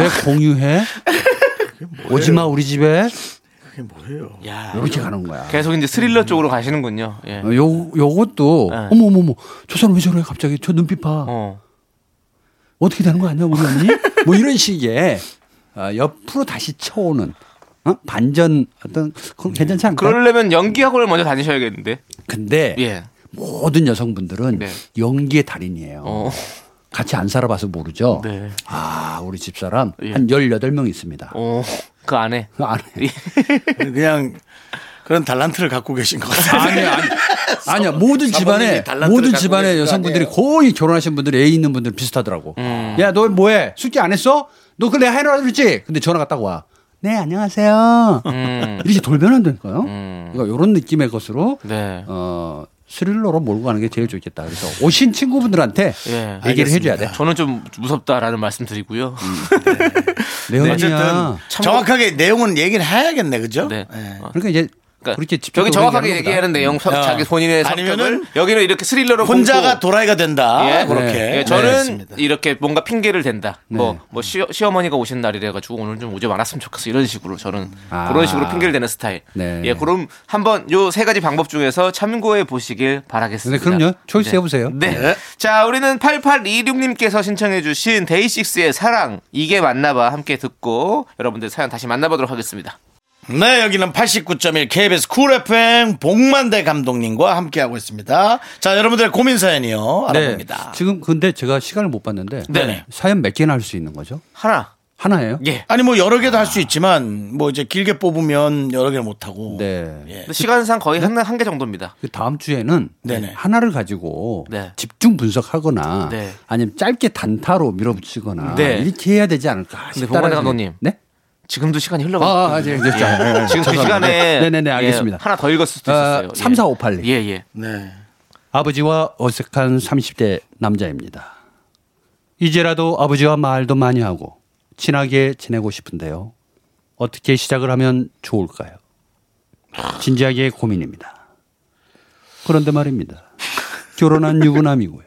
Speaker 7: 왜 공유해? 오지 마 우리 집에.
Speaker 2: 야
Speaker 7: 이렇게 가는 거야.
Speaker 2: 계속 이제 스릴러 쪽으로 가시는군요. 예.
Speaker 7: 어, 요 요것도
Speaker 2: 네.
Speaker 7: 어머 어머 어머 저 사람 왜 저래 갑자기 저 눈빛 봐
Speaker 2: 어.
Speaker 7: 어. 떻게 되는 거 아니야 우리 언니 뭐 이런 식의 아, 옆으로 다시 쳐오는 어? 반전 어떤 그건 괜찮지
Speaker 2: 음.
Speaker 7: 않을까?
Speaker 2: 그러려면 연기학원을 먼저 다니셔야겠는데.
Speaker 7: 근데
Speaker 2: 예.
Speaker 7: 모든 여성분들은
Speaker 2: 네.
Speaker 7: 연기의 달인이에요.
Speaker 2: 어.
Speaker 7: 같이 안 살아봐서 모르죠.
Speaker 2: 네.
Speaker 7: 아 우리 집사람
Speaker 2: 예.
Speaker 7: 한 18명 있습니다.
Speaker 2: 어. 그 안에.
Speaker 7: 그 안에
Speaker 1: 그냥 그런 달란트를 갖고 계신 것 같아요.
Speaker 7: 아니야, 아니야. 모든 집안에
Speaker 1: 달란트를 갖고
Speaker 7: 모든
Speaker 1: 네.
Speaker 7: 집안에
Speaker 1: 계실 거
Speaker 7: 여성분들이 거의 결혼하신 분들 애 있는 분들 비슷하더라고.
Speaker 1: 음.
Speaker 7: 야, 너 뭐해? 숙제 안 했어? 너 그래 해라 그랬지? 근데 전화가 딱 와. 네, 안녕하세요.
Speaker 1: 음.
Speaker 7: 이렇게 돌변 안 될까요? 그러니까 이런 느낌의 것으로
Speaker 2: 네.
Speaker 7: 어, 스릴러로 몰고 가는 게 제일 좋겠다. 그래서 오신 친구분들한테
Speaker 2: 예.
Speaker 7: 얘기를
Speaker 1: 알겠습니다.
Speaker 7: 해줘야 돼.
Speaker 2: 저는 좀 무섭다라는 말씀드리고요.
Speaker 7: 내 언니야.
Speaker 1: 정확하게 내용은 얘기를 해야겠네, 그죠?
Speaker 2: 네.
Speaker 1: 예.
Speaker 7: 그러니까 이제 그렇게
Speaker 2: 여기 정확하게 얘기하는 내용, 성-
Speaker 7: 음.
Speaker 1: 어.
Speaker 2: 자기 본인의 성격을
Speaker 1: 아니면은
Speaker 2: 여기는 이렇게 스릴러로
Speaker 1: 혼자가
Speaker 2: 공포.
Speaker 1: 도라이가 된다.
Speaker 2: 예,
Speaker 1: 그렇게.
Speaker 2: 예,
Speaker 1: 네,
Speaker 2: 저는
Speaker 1: 알겠습니다.
Speaker 2: 이렇게 뭔가 핑계를 댄다. 뭐,
Speaker 7: 네.
Speaker 2: 뭐 시어, 시어머니가 오신 날이라 가지고 오늘 좀 오지 말았으면 좋겠어. 이런 식으로 저는
Speaker 7: 아.
Speaker 2: 그런 식으로 핑계를 대는 스타일.
Speaker 7: 네.
Speaker 2: 예, 그럼 한번 요 세 가지 방법 중에서 참고해 보시길
Speaker 7: 네,
Speaker 2: 바라겠습니다.
Speaker 7: 그럼요. 초이스
Speaker 2: 네.
Speaker 7: 해보세요.
Speaker 2: 네. 자, 우리는 8826님께서 신청해주신 데이식스의 사랑 이게 맞나봐 함께 듣고 여러분들 사연 다시 만나보도록 하겠습니다.
Speaker 1: 네, 여기는 89.1 KBS 쿨 FM 복만대 감독님과 함께하고 있습니다. 자, 여러분들의 고민 사연이요. 알아봅니다.
Speaker 7: 지금 근데 제가 시간을 못 봤는데
Speaker 1: 네네.
Speaker 7: 사연 몇 개나 할 수 있는 거죠?
Speaker 2: 하나.
Speaker 7: 하나예요?
Speaker 2: 예.
Speaker 1: 아니, 뭐 여러 개도 할 수 있지만, 뭐 이제 길게 뽑으면 여러 개를 못하고.
Speaker 7: 네.
Speaker 1: 예.
Speaker 2: 시간상 거의 한 개 정도입니다.
Speaker 7: 그 다음 주에는
Speaker 1: 네네.
Speaker 7: 하나를 가지고
Speaker 2: 네.
Speaker 7: 집중 분석하거나
Speaker 2: 네.
Speaker 7: 아니면 짧게 단타로 밀어붙이거나
Speaker 2: 네.
Speaker 7: 이렇게 해야 되지 않을까 싶다는
Speaker 2: 봉원의 감독님.
Speaker 7: 네?
Speaker 2: 지금도 시간이
Speaker 7: 아,
Speaker 2: 흘러가고
Speaker 7: 아, 아, 네, 네, 네.
Speaker 2: 지금
Speaker 7: 네.
Speaker 2: 그
Speaker 7: 죄송합니다.
Speaker 2: 시간에
Speaker 7: 네네네
Speaker 2: 예,
Speaker 7: 알겠습니다.
Speaker 2: 하나 더 읽었을 수도
Speaker 7: 아,
Speaker 2: 있었어요. 예.
Speaker 7: 3458.
Speaker 2: 예, 예.
Speaker 1: 네.
Speaker 7: 아버지와 어색한 30대 남자입니다. 이제라도 아버지와 말도 많이 하고 친하게 지내고 싶은데요. 어떻게 시작을 하면 좋을까요? 진지하게 고민입니다. 그런데 말입니다. 결혼한 유부남이고요.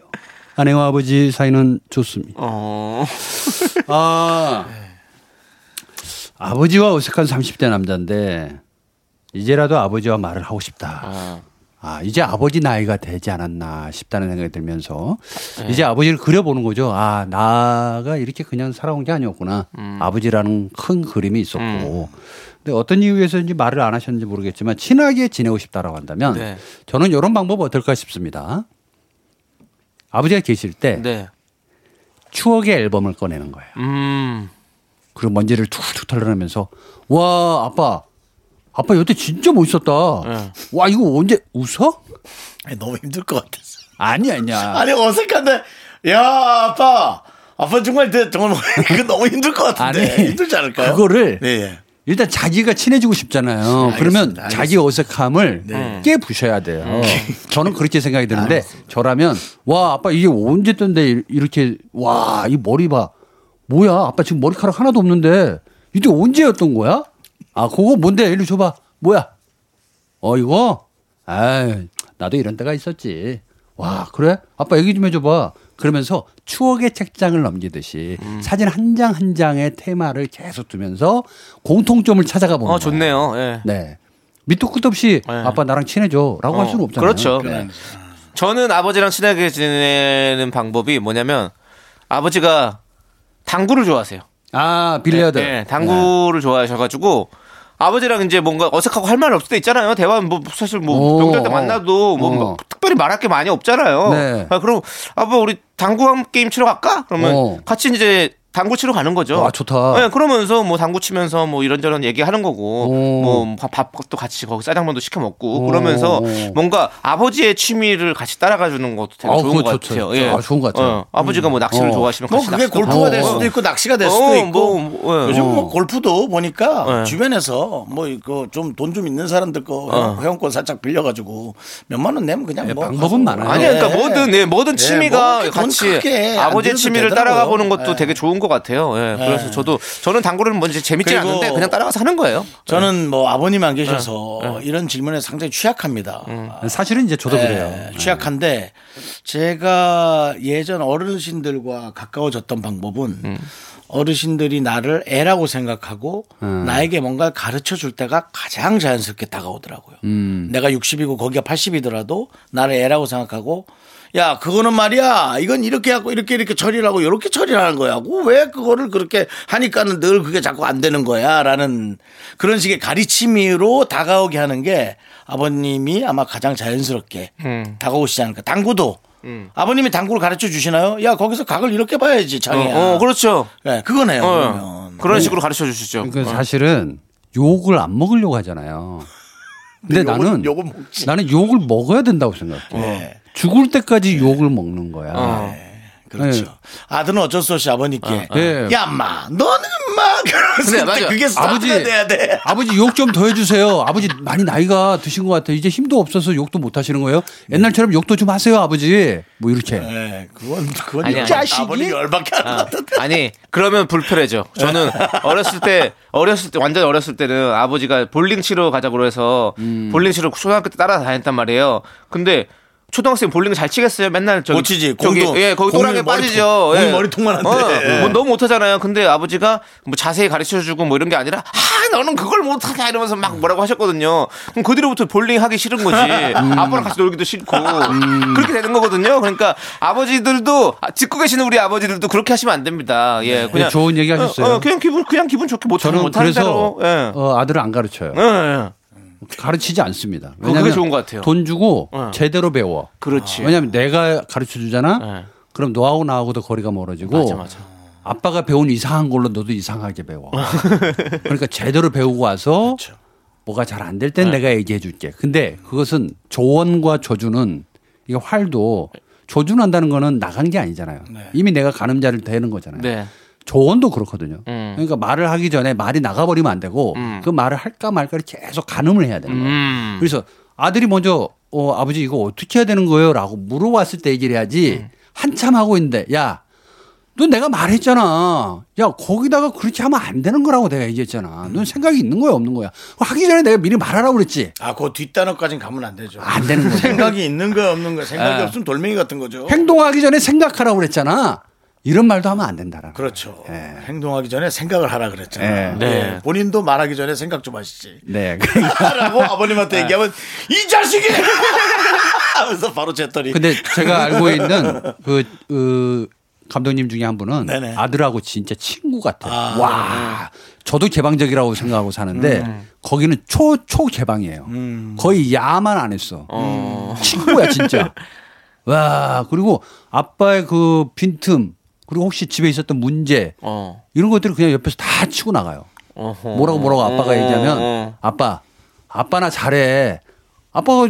Speaker 7: 아내와 아버지 사이는 좋습니다.
Speaker 2: 어.
Speaker 7: 아. 아버지와 어색한 30대 남자인데 이제라도 아버지와 말을 하고 싶다.
Speaker 2: 아.
Speaker 7: 아, 이제 아버지 나이가 되지 않았나 싶다는 생각이 들면서
Speaker 2: 네.
Speaker 7: 이제 아버지를 그려보는 거죠. 아, 나가 이렇게 그냥 살아온 게 아니었구나.
Speaker 2: 음.
Speaker 7: 아버지라는 큰 그림이 있었고. 근데 어떤 이유에서인지 말을 안 하셨는지 모르겠지만 친하게 지내고 싶다라고 한다면
Speaker 2: 네.
Speaker 7: 저는 이런 방법 어떨까 싶습니다. 아버지가 계실 때
Speaker 2: 네.
Speaker 7: 추억의 앨범을 꺼내는 거예요.
Speaker 2: 음.
Speaker 7: 그리고 먼지를 툭툭 털어내면서 와 아빠 아빠 여태 진짜 멋있었다.
Speaker 2: 네.
Speaker 7: 와 이거 언제 웃어?
Speaker 1: 아니, 너무 힘들 것 같아서.
Speaker 7: 아니 아니야.
Speaker 1: 아니 어색한데 야 아빠 아빠 정말 내 정말 뭐, 이거 너무 힘들 것 같은데
Speaker 7: 아니,
Speaker 1: 힘들지 않을까요?
Speaker 7: 그거를
Speaker 1: 네, 예.
Speaker 7: 일단 자기가 친해지고 싶잖아요. 그러면 자기 어색함을 깨부셔야 돼요.
Speaker 2: 음.
Speaker 7: 저는 그렇게 생각이 드는데 저라면 와 아빠 이게 언제 뜬데 이- 이렇게 와 이 머리 봐 뭐야 아빠 지금 머리카락 하나도 없는데 이게 언제였던 거야? 아 그거 뭔데 일로 줘봐 뭐야 어 이거 아 나도 이런 때가 있었지 와 그래 아빠 얘기 좀 해줘봐 그러면서 추억의 책장을 넘기듯이
Speaker 2: 음.
Speaker 7: 사진 한 장 한 장의 테마를 계속 두면서 공통점을 찾아가 보는
Speaker 2: 어,
Speaker 7: 거예요.
Speaker 2: 좋네요. 예.
Speaker 7: 네 밑도 끝도 없이 아빠 나랑 친해줘라고 할 수는
Speaker 2: 어,
Speaker 7: 없잖아요.
Speaker 2: 그렇죠. 저는 아버지랑 친하게 지내는 방법이 뭐냐면 아버지가 당구를 좋아하세요.
Speaker 7: 아 빌리어드.
Speaker 2: 네, 당구를 좋아하셔가지고 아버지랑 이제 뭔가 어색하고 할 말 없을 때 있잖아요. 대화 뭐 사실 뭐
Speaker 7: 오,
Speaker 2: 명절 때
Speaker 7: 어.
Speaker 2: 만나도 뭐
Speaker 7: 어.
Speaker 2: 특별히 말할 게 많이 없잖아요.
Speaker 7: 네.
Speaker 2: 아, 그럼 아빠 우리 당구 한 게임 치러 갈까? 그러면
Speaker 7: 어.
Speaker 2: 같이 이제 당구 치러 가는 거죠.
Speaker 7: 아, 좋다.
Speaker 2: 네, 그러면서 뭐 당구 치면서 뭐 이런저런 얘기하는 거고
Speaker 7: 오.
Speaker 2: 뭐 밥- 밥도 같이 거기 짜장면도 시켜 먹고
Speaker 7: 오.
Speaker 2: 그러면서
Speaker 7: 오.
Speaker 2: 뭔가 아버지의 취미를 같이 따라가 주는 것도 되게
Speaker 7: 어,
Speaker 2: 좋은 것
Speaker 7: 그거 좋죠.
Speaker 2: 같아요. 예.
Speaker 7: 아, 좋은 것 같아요.
Speaker 2: 아버지가 뭐 낚시를
Speaker 7: 어.
Speaker 2: 좋아하시면
Speaker 1: 뭐
Speaker 2: 같이
Speaker 1: 그게
Speaker 2: 낚시도
Speaker 1: 골프가
Speaker 2: 하고.
Speaker 1: 될 수도 있고 낚시가 될 수도
Speaker 2: 어,
Speaker 1: 있고
Speaker 2: 뭐, 뭐, 예.
Speaker 1: 요즘 뭐 골프도 보니까
Speaker 2: 예.
Speaker 1: 주변에서 뭐 그 좀 돈 좀 있는 사람들 거
Speaker 2: 어.
Speaker 1: 회원권 살짝 빌려가지고 몇만 원 내면 그냥
Speaker 7: 예,
Speaker 1: 뭐
Speaker 7: 방법은 많아요.
Speaker 2: 아니 그러니까 뭐든 예, 뭐든
Speaker 1: 예,
Speaker 2: 취미가
Speaker 1: 뭐 그렇게 돈 크게
Speaker 2: 같이
Speaker 1: 안
Speaker 2: 아버지의
Speaker 1: 들여도
Speaker 2: 취미를
Speaker 1: 되더라고요.
Speaker 2: 따라가 보는 것도
Speaker 1: 예.
Speaker 2: 되게 좋은 것 같아요. 예. 그래서 저도 저는 당구를 뭔지 재밌지
Speaker 1: 그리고
Speaker 2: 않은데 그냥 따라가서 하는 거예요. 어,
Speaker 1: 저는 뭐 아버님
Speaker 2: 예.
Speaker 1: 안 계셔서 이런 질문에 상당히 취약합니다.
Speaker 2: 음.
Speaker 7: 네. 사실은 이제 저도 그래요.
Speaker 1: 네, 취약한데 제가 예전 어르신들과 가까워졌던 방법은
Speaker 7: 음.
Speaker 1: 어르신들이 나를 애라고 생각하고
Speaker 7: 음.
Speaker 1: 나에게 뭔가를 가르쳐 줄 때가 가장 자연스럽게 다가오더라고요.
Speaker 7: 음.
Speaker 1: 내가 60이고 거기가 80이더라도 나를 애라고 생각하고 야 그거는 말이야 이건 이렇게 하고 이렇게 이렇게 처리를 하고 이렇게 처리를 하는 거야 고왜 그거를 그렇게 하니까는 늘 그게 자꾸 안 되는 거야 라는 그런 식의 가르침으로 다가오게 하는 게 아버님이 아마 가장 자연스럽게
Speaker 2: 음.
Speaker 1: 다가오시지 않을까 당구도 아버님이 당구를 가르쳐 주시나요 야 거기서 각을 이렇게 봐야지
Speaker 2: 어,
Speaker 1: 장애야
Speaker 2: 어, 그렇죠.
Speaker 1: 네, 그거네요
Speaker 2: 어.
Speaker 1: 그러면 음.
Speaker 2: 그런 식으로 가르쳐 주시죠. 어.
Speaker 7: 그러니까 사실은 욕을 안 먹으려고 하잖아요. 근데
Speaker 1: 욕은-
Speaker 7: 나는
Speaker 1: 욕은 먹지.
Speaker 7: 나는 욕을 먹어야 된다고 생각해.
Speaker 1: 네.
Speaker 7: 죽을 때까지 욕을 먹는 거야.
Speaker 2: 어.
Speaker 1: 그렇죠
Speaker 7: 네.
Speaker 1: 아들은 어쩔 수 없이 아버님께
Speaker 7: 네.
Speaker 1: 야 엄마 너는 막
Speaker 2: 그래,
Speaker 1: 그랬을 때
Speaker 2: 맞아.
Speaker 1: 그게 스타트가
Speaker 7: 아버지
Speaker 1: 돼야 돼
Speaker 7: 아버지 욕 좀 더 해주세요. 아버지 많이 나이가 드신 것 같아요. 이제 힘도 없어서 욕도 못 하시는 거예요. 옛날처럼 욕도 좀 하세요, 아버지. 뭐 이렇게.
Speaker 1: 네, 그건 그건
Speaker 2: 아니, 아니.
Speaker 1: 자식이 아버님 열받게 하는 것
Speaker 2: 아,
Speaker 1: 같은데.
Speaker 2: 아니 그러면 불편해져. 저는 어렸을 때 어렸을 때 완전 어렸을 때는 아버지가 볼링 치러 가자고 해서
Speaker 1: 음.
Speaker 2: 볼링 치러 초등학교 때 따라다녔단 말이에요. 근데 초등학생 볼링 잘 치겠어요? 맨날 저기
Speaker 1: 못 치지.
Speaker 2: 저기
Speaker 1: 공도-
Speaker 2: 예 거기
Speaker 1: 공이
Speaker 2: 또랑에
Speaker 1: 머리통-
Speaker 2: 빠지죠.
Speaker 1: 공이
Speaker 2: 예.
Speaker 1: 머리통만 한데. 예.
Speaker 2: 뭐 너무 못하잖아요. 근데 아버지가 뭐 자세히 가르쳐 주고 뭐 이런 게 아니라 아 너는 그걸 못하냐 이러면서 막 뭐라고 하셨거든요. 그럼 그 뒤로부터 볼링 하기 싫은 거지.
Speaker 7: 음.
Speaker 2: 아빠랑 같이 놀기도 싫고 그렇게 되는 거거든요. 그러니까 아버지들도 아, 듣고 계시는 우리 아버지들도 그렇게 하시면 안 됩니다. 예, 그냥
Speaker 7: 네. 좋은 얘기 하셨어요.
Speaker 2: 어, 어, 그냥 기분 그냥 기분 좋게 못
Speaker 7: 저는
Speaker 2: 못하는
Speaker 7: 그래서
Speaker 2: 대로. 예.
Speaker 7: 어, 아들을 안 가르쳐요.
Speaker 2: 예, 예.
Speaker 7: 가르치지 않습니다.
Speaker 2: 그거 그게 좋은 것 같아요.
Speaker 7: 돈 주고
Speaker 2: 어.
Speaker 7: 제대로 배워.
Speaker 2: 그렇지.
Speaker 7: 왜냐하면 내가 가르쳐 주잖아.
Speaker 2: 네.
Speaker 7: 그럼 너하고 나하고도 거리가 멀어지고.
Speaker 2: 맞아, 맞아.
Speaker 7: 빠가 배운 이상한 걸로 너도 이상하게 배워. 그러니까 제대로 배우고 와서
Speaker 2: 그렇죠.
Speaker 7: 뭐가 잘 안 될
Speaker 2: 네.
Speaker 7: 땐 내가 얘기해 줄게. 근데 그것은 조언과 저주는 이게 활도 조준한다는 거는 나간 게 아니잖아요. 이미 내가 가늠자를 대는 거잖아요.
Speaker 2: 네. 음.
Speaker 7: 조언도 그렇거든요. 그러니까 말을 하기 전에 말이 나가버리면 안 되고 그 말을 할까 말까를 계속 가늠을 해야 되는 거예요.
Speaker 2: 음.
Speaker 7: 그래서 아들이 먼저 어, 아버지
Speaker 1: 음.
Speaker 7: 이거 어떻게 해야 되는 거예요? 라고 물어봤을 때 얘기를 해야지 한참 하고 있는데 야, 넌 내가 말했잖아. 야, 거기다가 그렇게 하면 안 되는 거라고 내가 얘기했잖아.
Speaker 1: 음.
Speaker 7: 넌 생각이 있는 거야, 없는 거야. 하기 전에 내가 미리 말하라고 그랬지.
Speaker 1: 아, 그 뒷단어까지는 가면 안 되죠.
Speaker 7: 안 되는 거야.
Speaker 1: 생각이 있는 거야 없는 거야 생각이
Speaker 2: 아.
Speaker 1: 없으면 돌멩이 같은 거죠.
Speaker 7: 행동하기 전에 생각하라고 그랬잖아. 이런 말도 하면 안 된다라는. 거야.
Speaker 1: 그렇죠. 행동하기 전에 생각을 하라 그랬잖아요.
Speaker 7: 네.
Speaker 1: 예, 본인도 말하기 전에 생각 좀 하시지. 예.
Speaker 7: 네. 그러니까
Speaker 1: 라고 아버님한테 얘기하면 이 자식이 하면서 바로 쟀더니
Speaker 7: 근데 제가 알고 있는 그, 그 감독님 중에 한 분은
Speaker 1: 네네.
Speaker 7: 아들하고 진짜 친구 같아요. 와, 저도 개방적이라고 생각하고 사는데 거기는 초, 초 개방이에요.
Speaker 1: 음.
Speaker 7: 거의 야만 안 했어. 친구야, 진짜. 와, 그리고 아빠의 그 빈틈, 그리고 혹시 집에 있었던 문제,
Speaker 2: 어.
Speaker 7: 이런 것들을 그냥 옆에서 다 치고 나가요.
Speaker 2: 어허.
Speaker 7: 뭐라고 뭐라고 아빠가
Speaker 1: 음,
Speaker 2: 어,
Speaker 7: 얘기하면
Speaker 2: 어.
Speaker 7: 아빠 아빠나 잘해 아빠가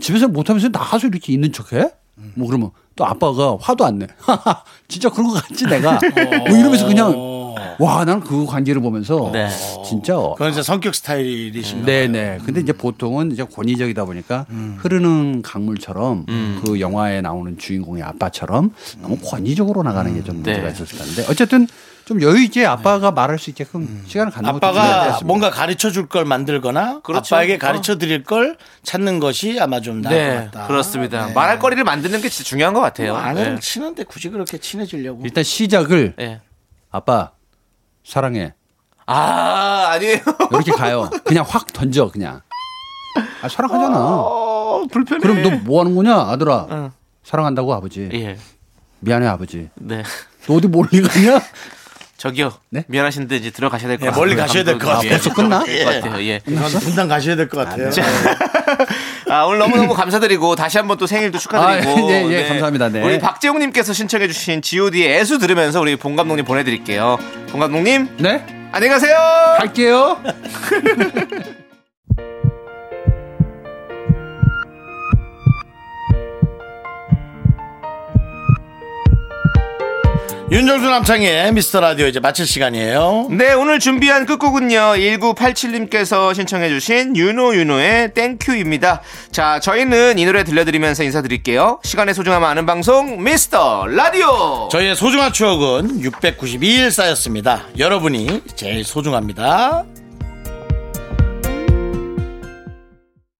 Speaker 7: 집에서 못하면서 나가서 이렇게 있는 척해 뭐 그러면 또 아빠가 화도 안내 진짜 그런 거 같지 내가 뭐 이러면서 그냥 와 나는 그 관계를 보면서
Speaker 2: 네.
Speaker 7: 진짜
Speaker 1: 어.
Speaker 7: 어.
Speaker 1: 그건 이제 성격 스타일이신가 봐요.
Speaker 7: 네네 근데 이제 보통은 이제 권위적이다 보니까 흐르는 강물처럼
Speaker 1: 음.
Speaker 7: 그 영화에 나오는 주인공의 아빠처럼 너무 권위적으로 나가는 게
Speaker 1: 음.
Speaker 7: 좀 문제가
Speaker 2: 네.
Speaker 7: 있었을 텐데 어쨌든 좀 여유 있게 아빠가 말할 수 있게끔 시간을 갖는 것도 중요할 것
Speaker 1: 아빠가
Speaker 7: 같습니다.
Speaker 1: 뭔가 가르쳐 줄 걸 만들거나
Speaker 2: 그렇죠.
Speaker 1: 아빠에게 가르쳐 드릴 걸 찾는 것이 아마 좀 나을
Speaker 2: 네,
Speaker 1: 것 같다.
Speaker 2: 그렇습니다. 말할 거리를 만드는 게 진짜 중요한 것 같아요.
Speaker 1: 아는
Speaker 2: 네.
Speaker 1: 친한데 굳이 그렇게 친해지려고.
Speaker 7: 뭐? 일단 시작을
Speaker 2: 예.
Speaker 7: 아빠 사랑해
Speaker 2: 아, 아니에요.
Speaker 7: 이렇게 가요. 그냥 확 던져 그냥. 아 사랑하잖아.
Speaker 2: 어,
Speaker 1: 어,
Speaker 7: 불편해.
Speaker 2: 네.
Speaker 7: 그럼 너 뭐 하는 거냐 아들아. 사랑한다고 아버지.
Speaker 2: 예.
Speaker 7: 미안해 아버지.
Speaker 2: 네.
Speaker 7: 너 어디 멀리 가냐?
Speaker 2: 저기요.
Speaker 7: 네?
Speaker 2: 미안하신데 이제 들어가셔야 될 것
Speaker 1: 예,
Speaker 2: 같아요.
Speaker 1: 멀리 가셔야 될것 같아요.
Speaker 2: 감독님. 예,
Speaker 7: 벌써 끝나?
Speaker 2: 예. 같아요. 예.
Speaker 1: 이건 분당 가셔야 될 것 같아요. 네.
Speaker 2: 아, 오늘 너무너무 감사드리고 다시 한번 또 생일도 축하드리고.
Speaker 7: 아, 예, 예, 예, 감사합니다. 네.
Speaker 2: 우리 박재웅 님께서 신청해 주신 GOD의 애수 들으면서 우리 봉 감독님 보내 드릴게요. 봉 감독님,
Speaker 7: 네.
Speaker 2: 안녕히 가세요.
Speaker 7: 갈게요.
Speaker 1: 윤정수 남창의 미스터 라디오 이제 마칠 시간이에요.
Speaker 2: 네, 오늘 준비한 끝곡은요. 1987님께서 신청해 주신 유노 유노의 땡큐입니다. 자, 저희는 이 노래 들려드리면서 인사드릴게요. 시간의 소중함 아는 방송 미스터 라디오.
Speaker 1: 저희의 소중한 추억은 692일 쌓였습니다. 여러분이 제일 소중합니다.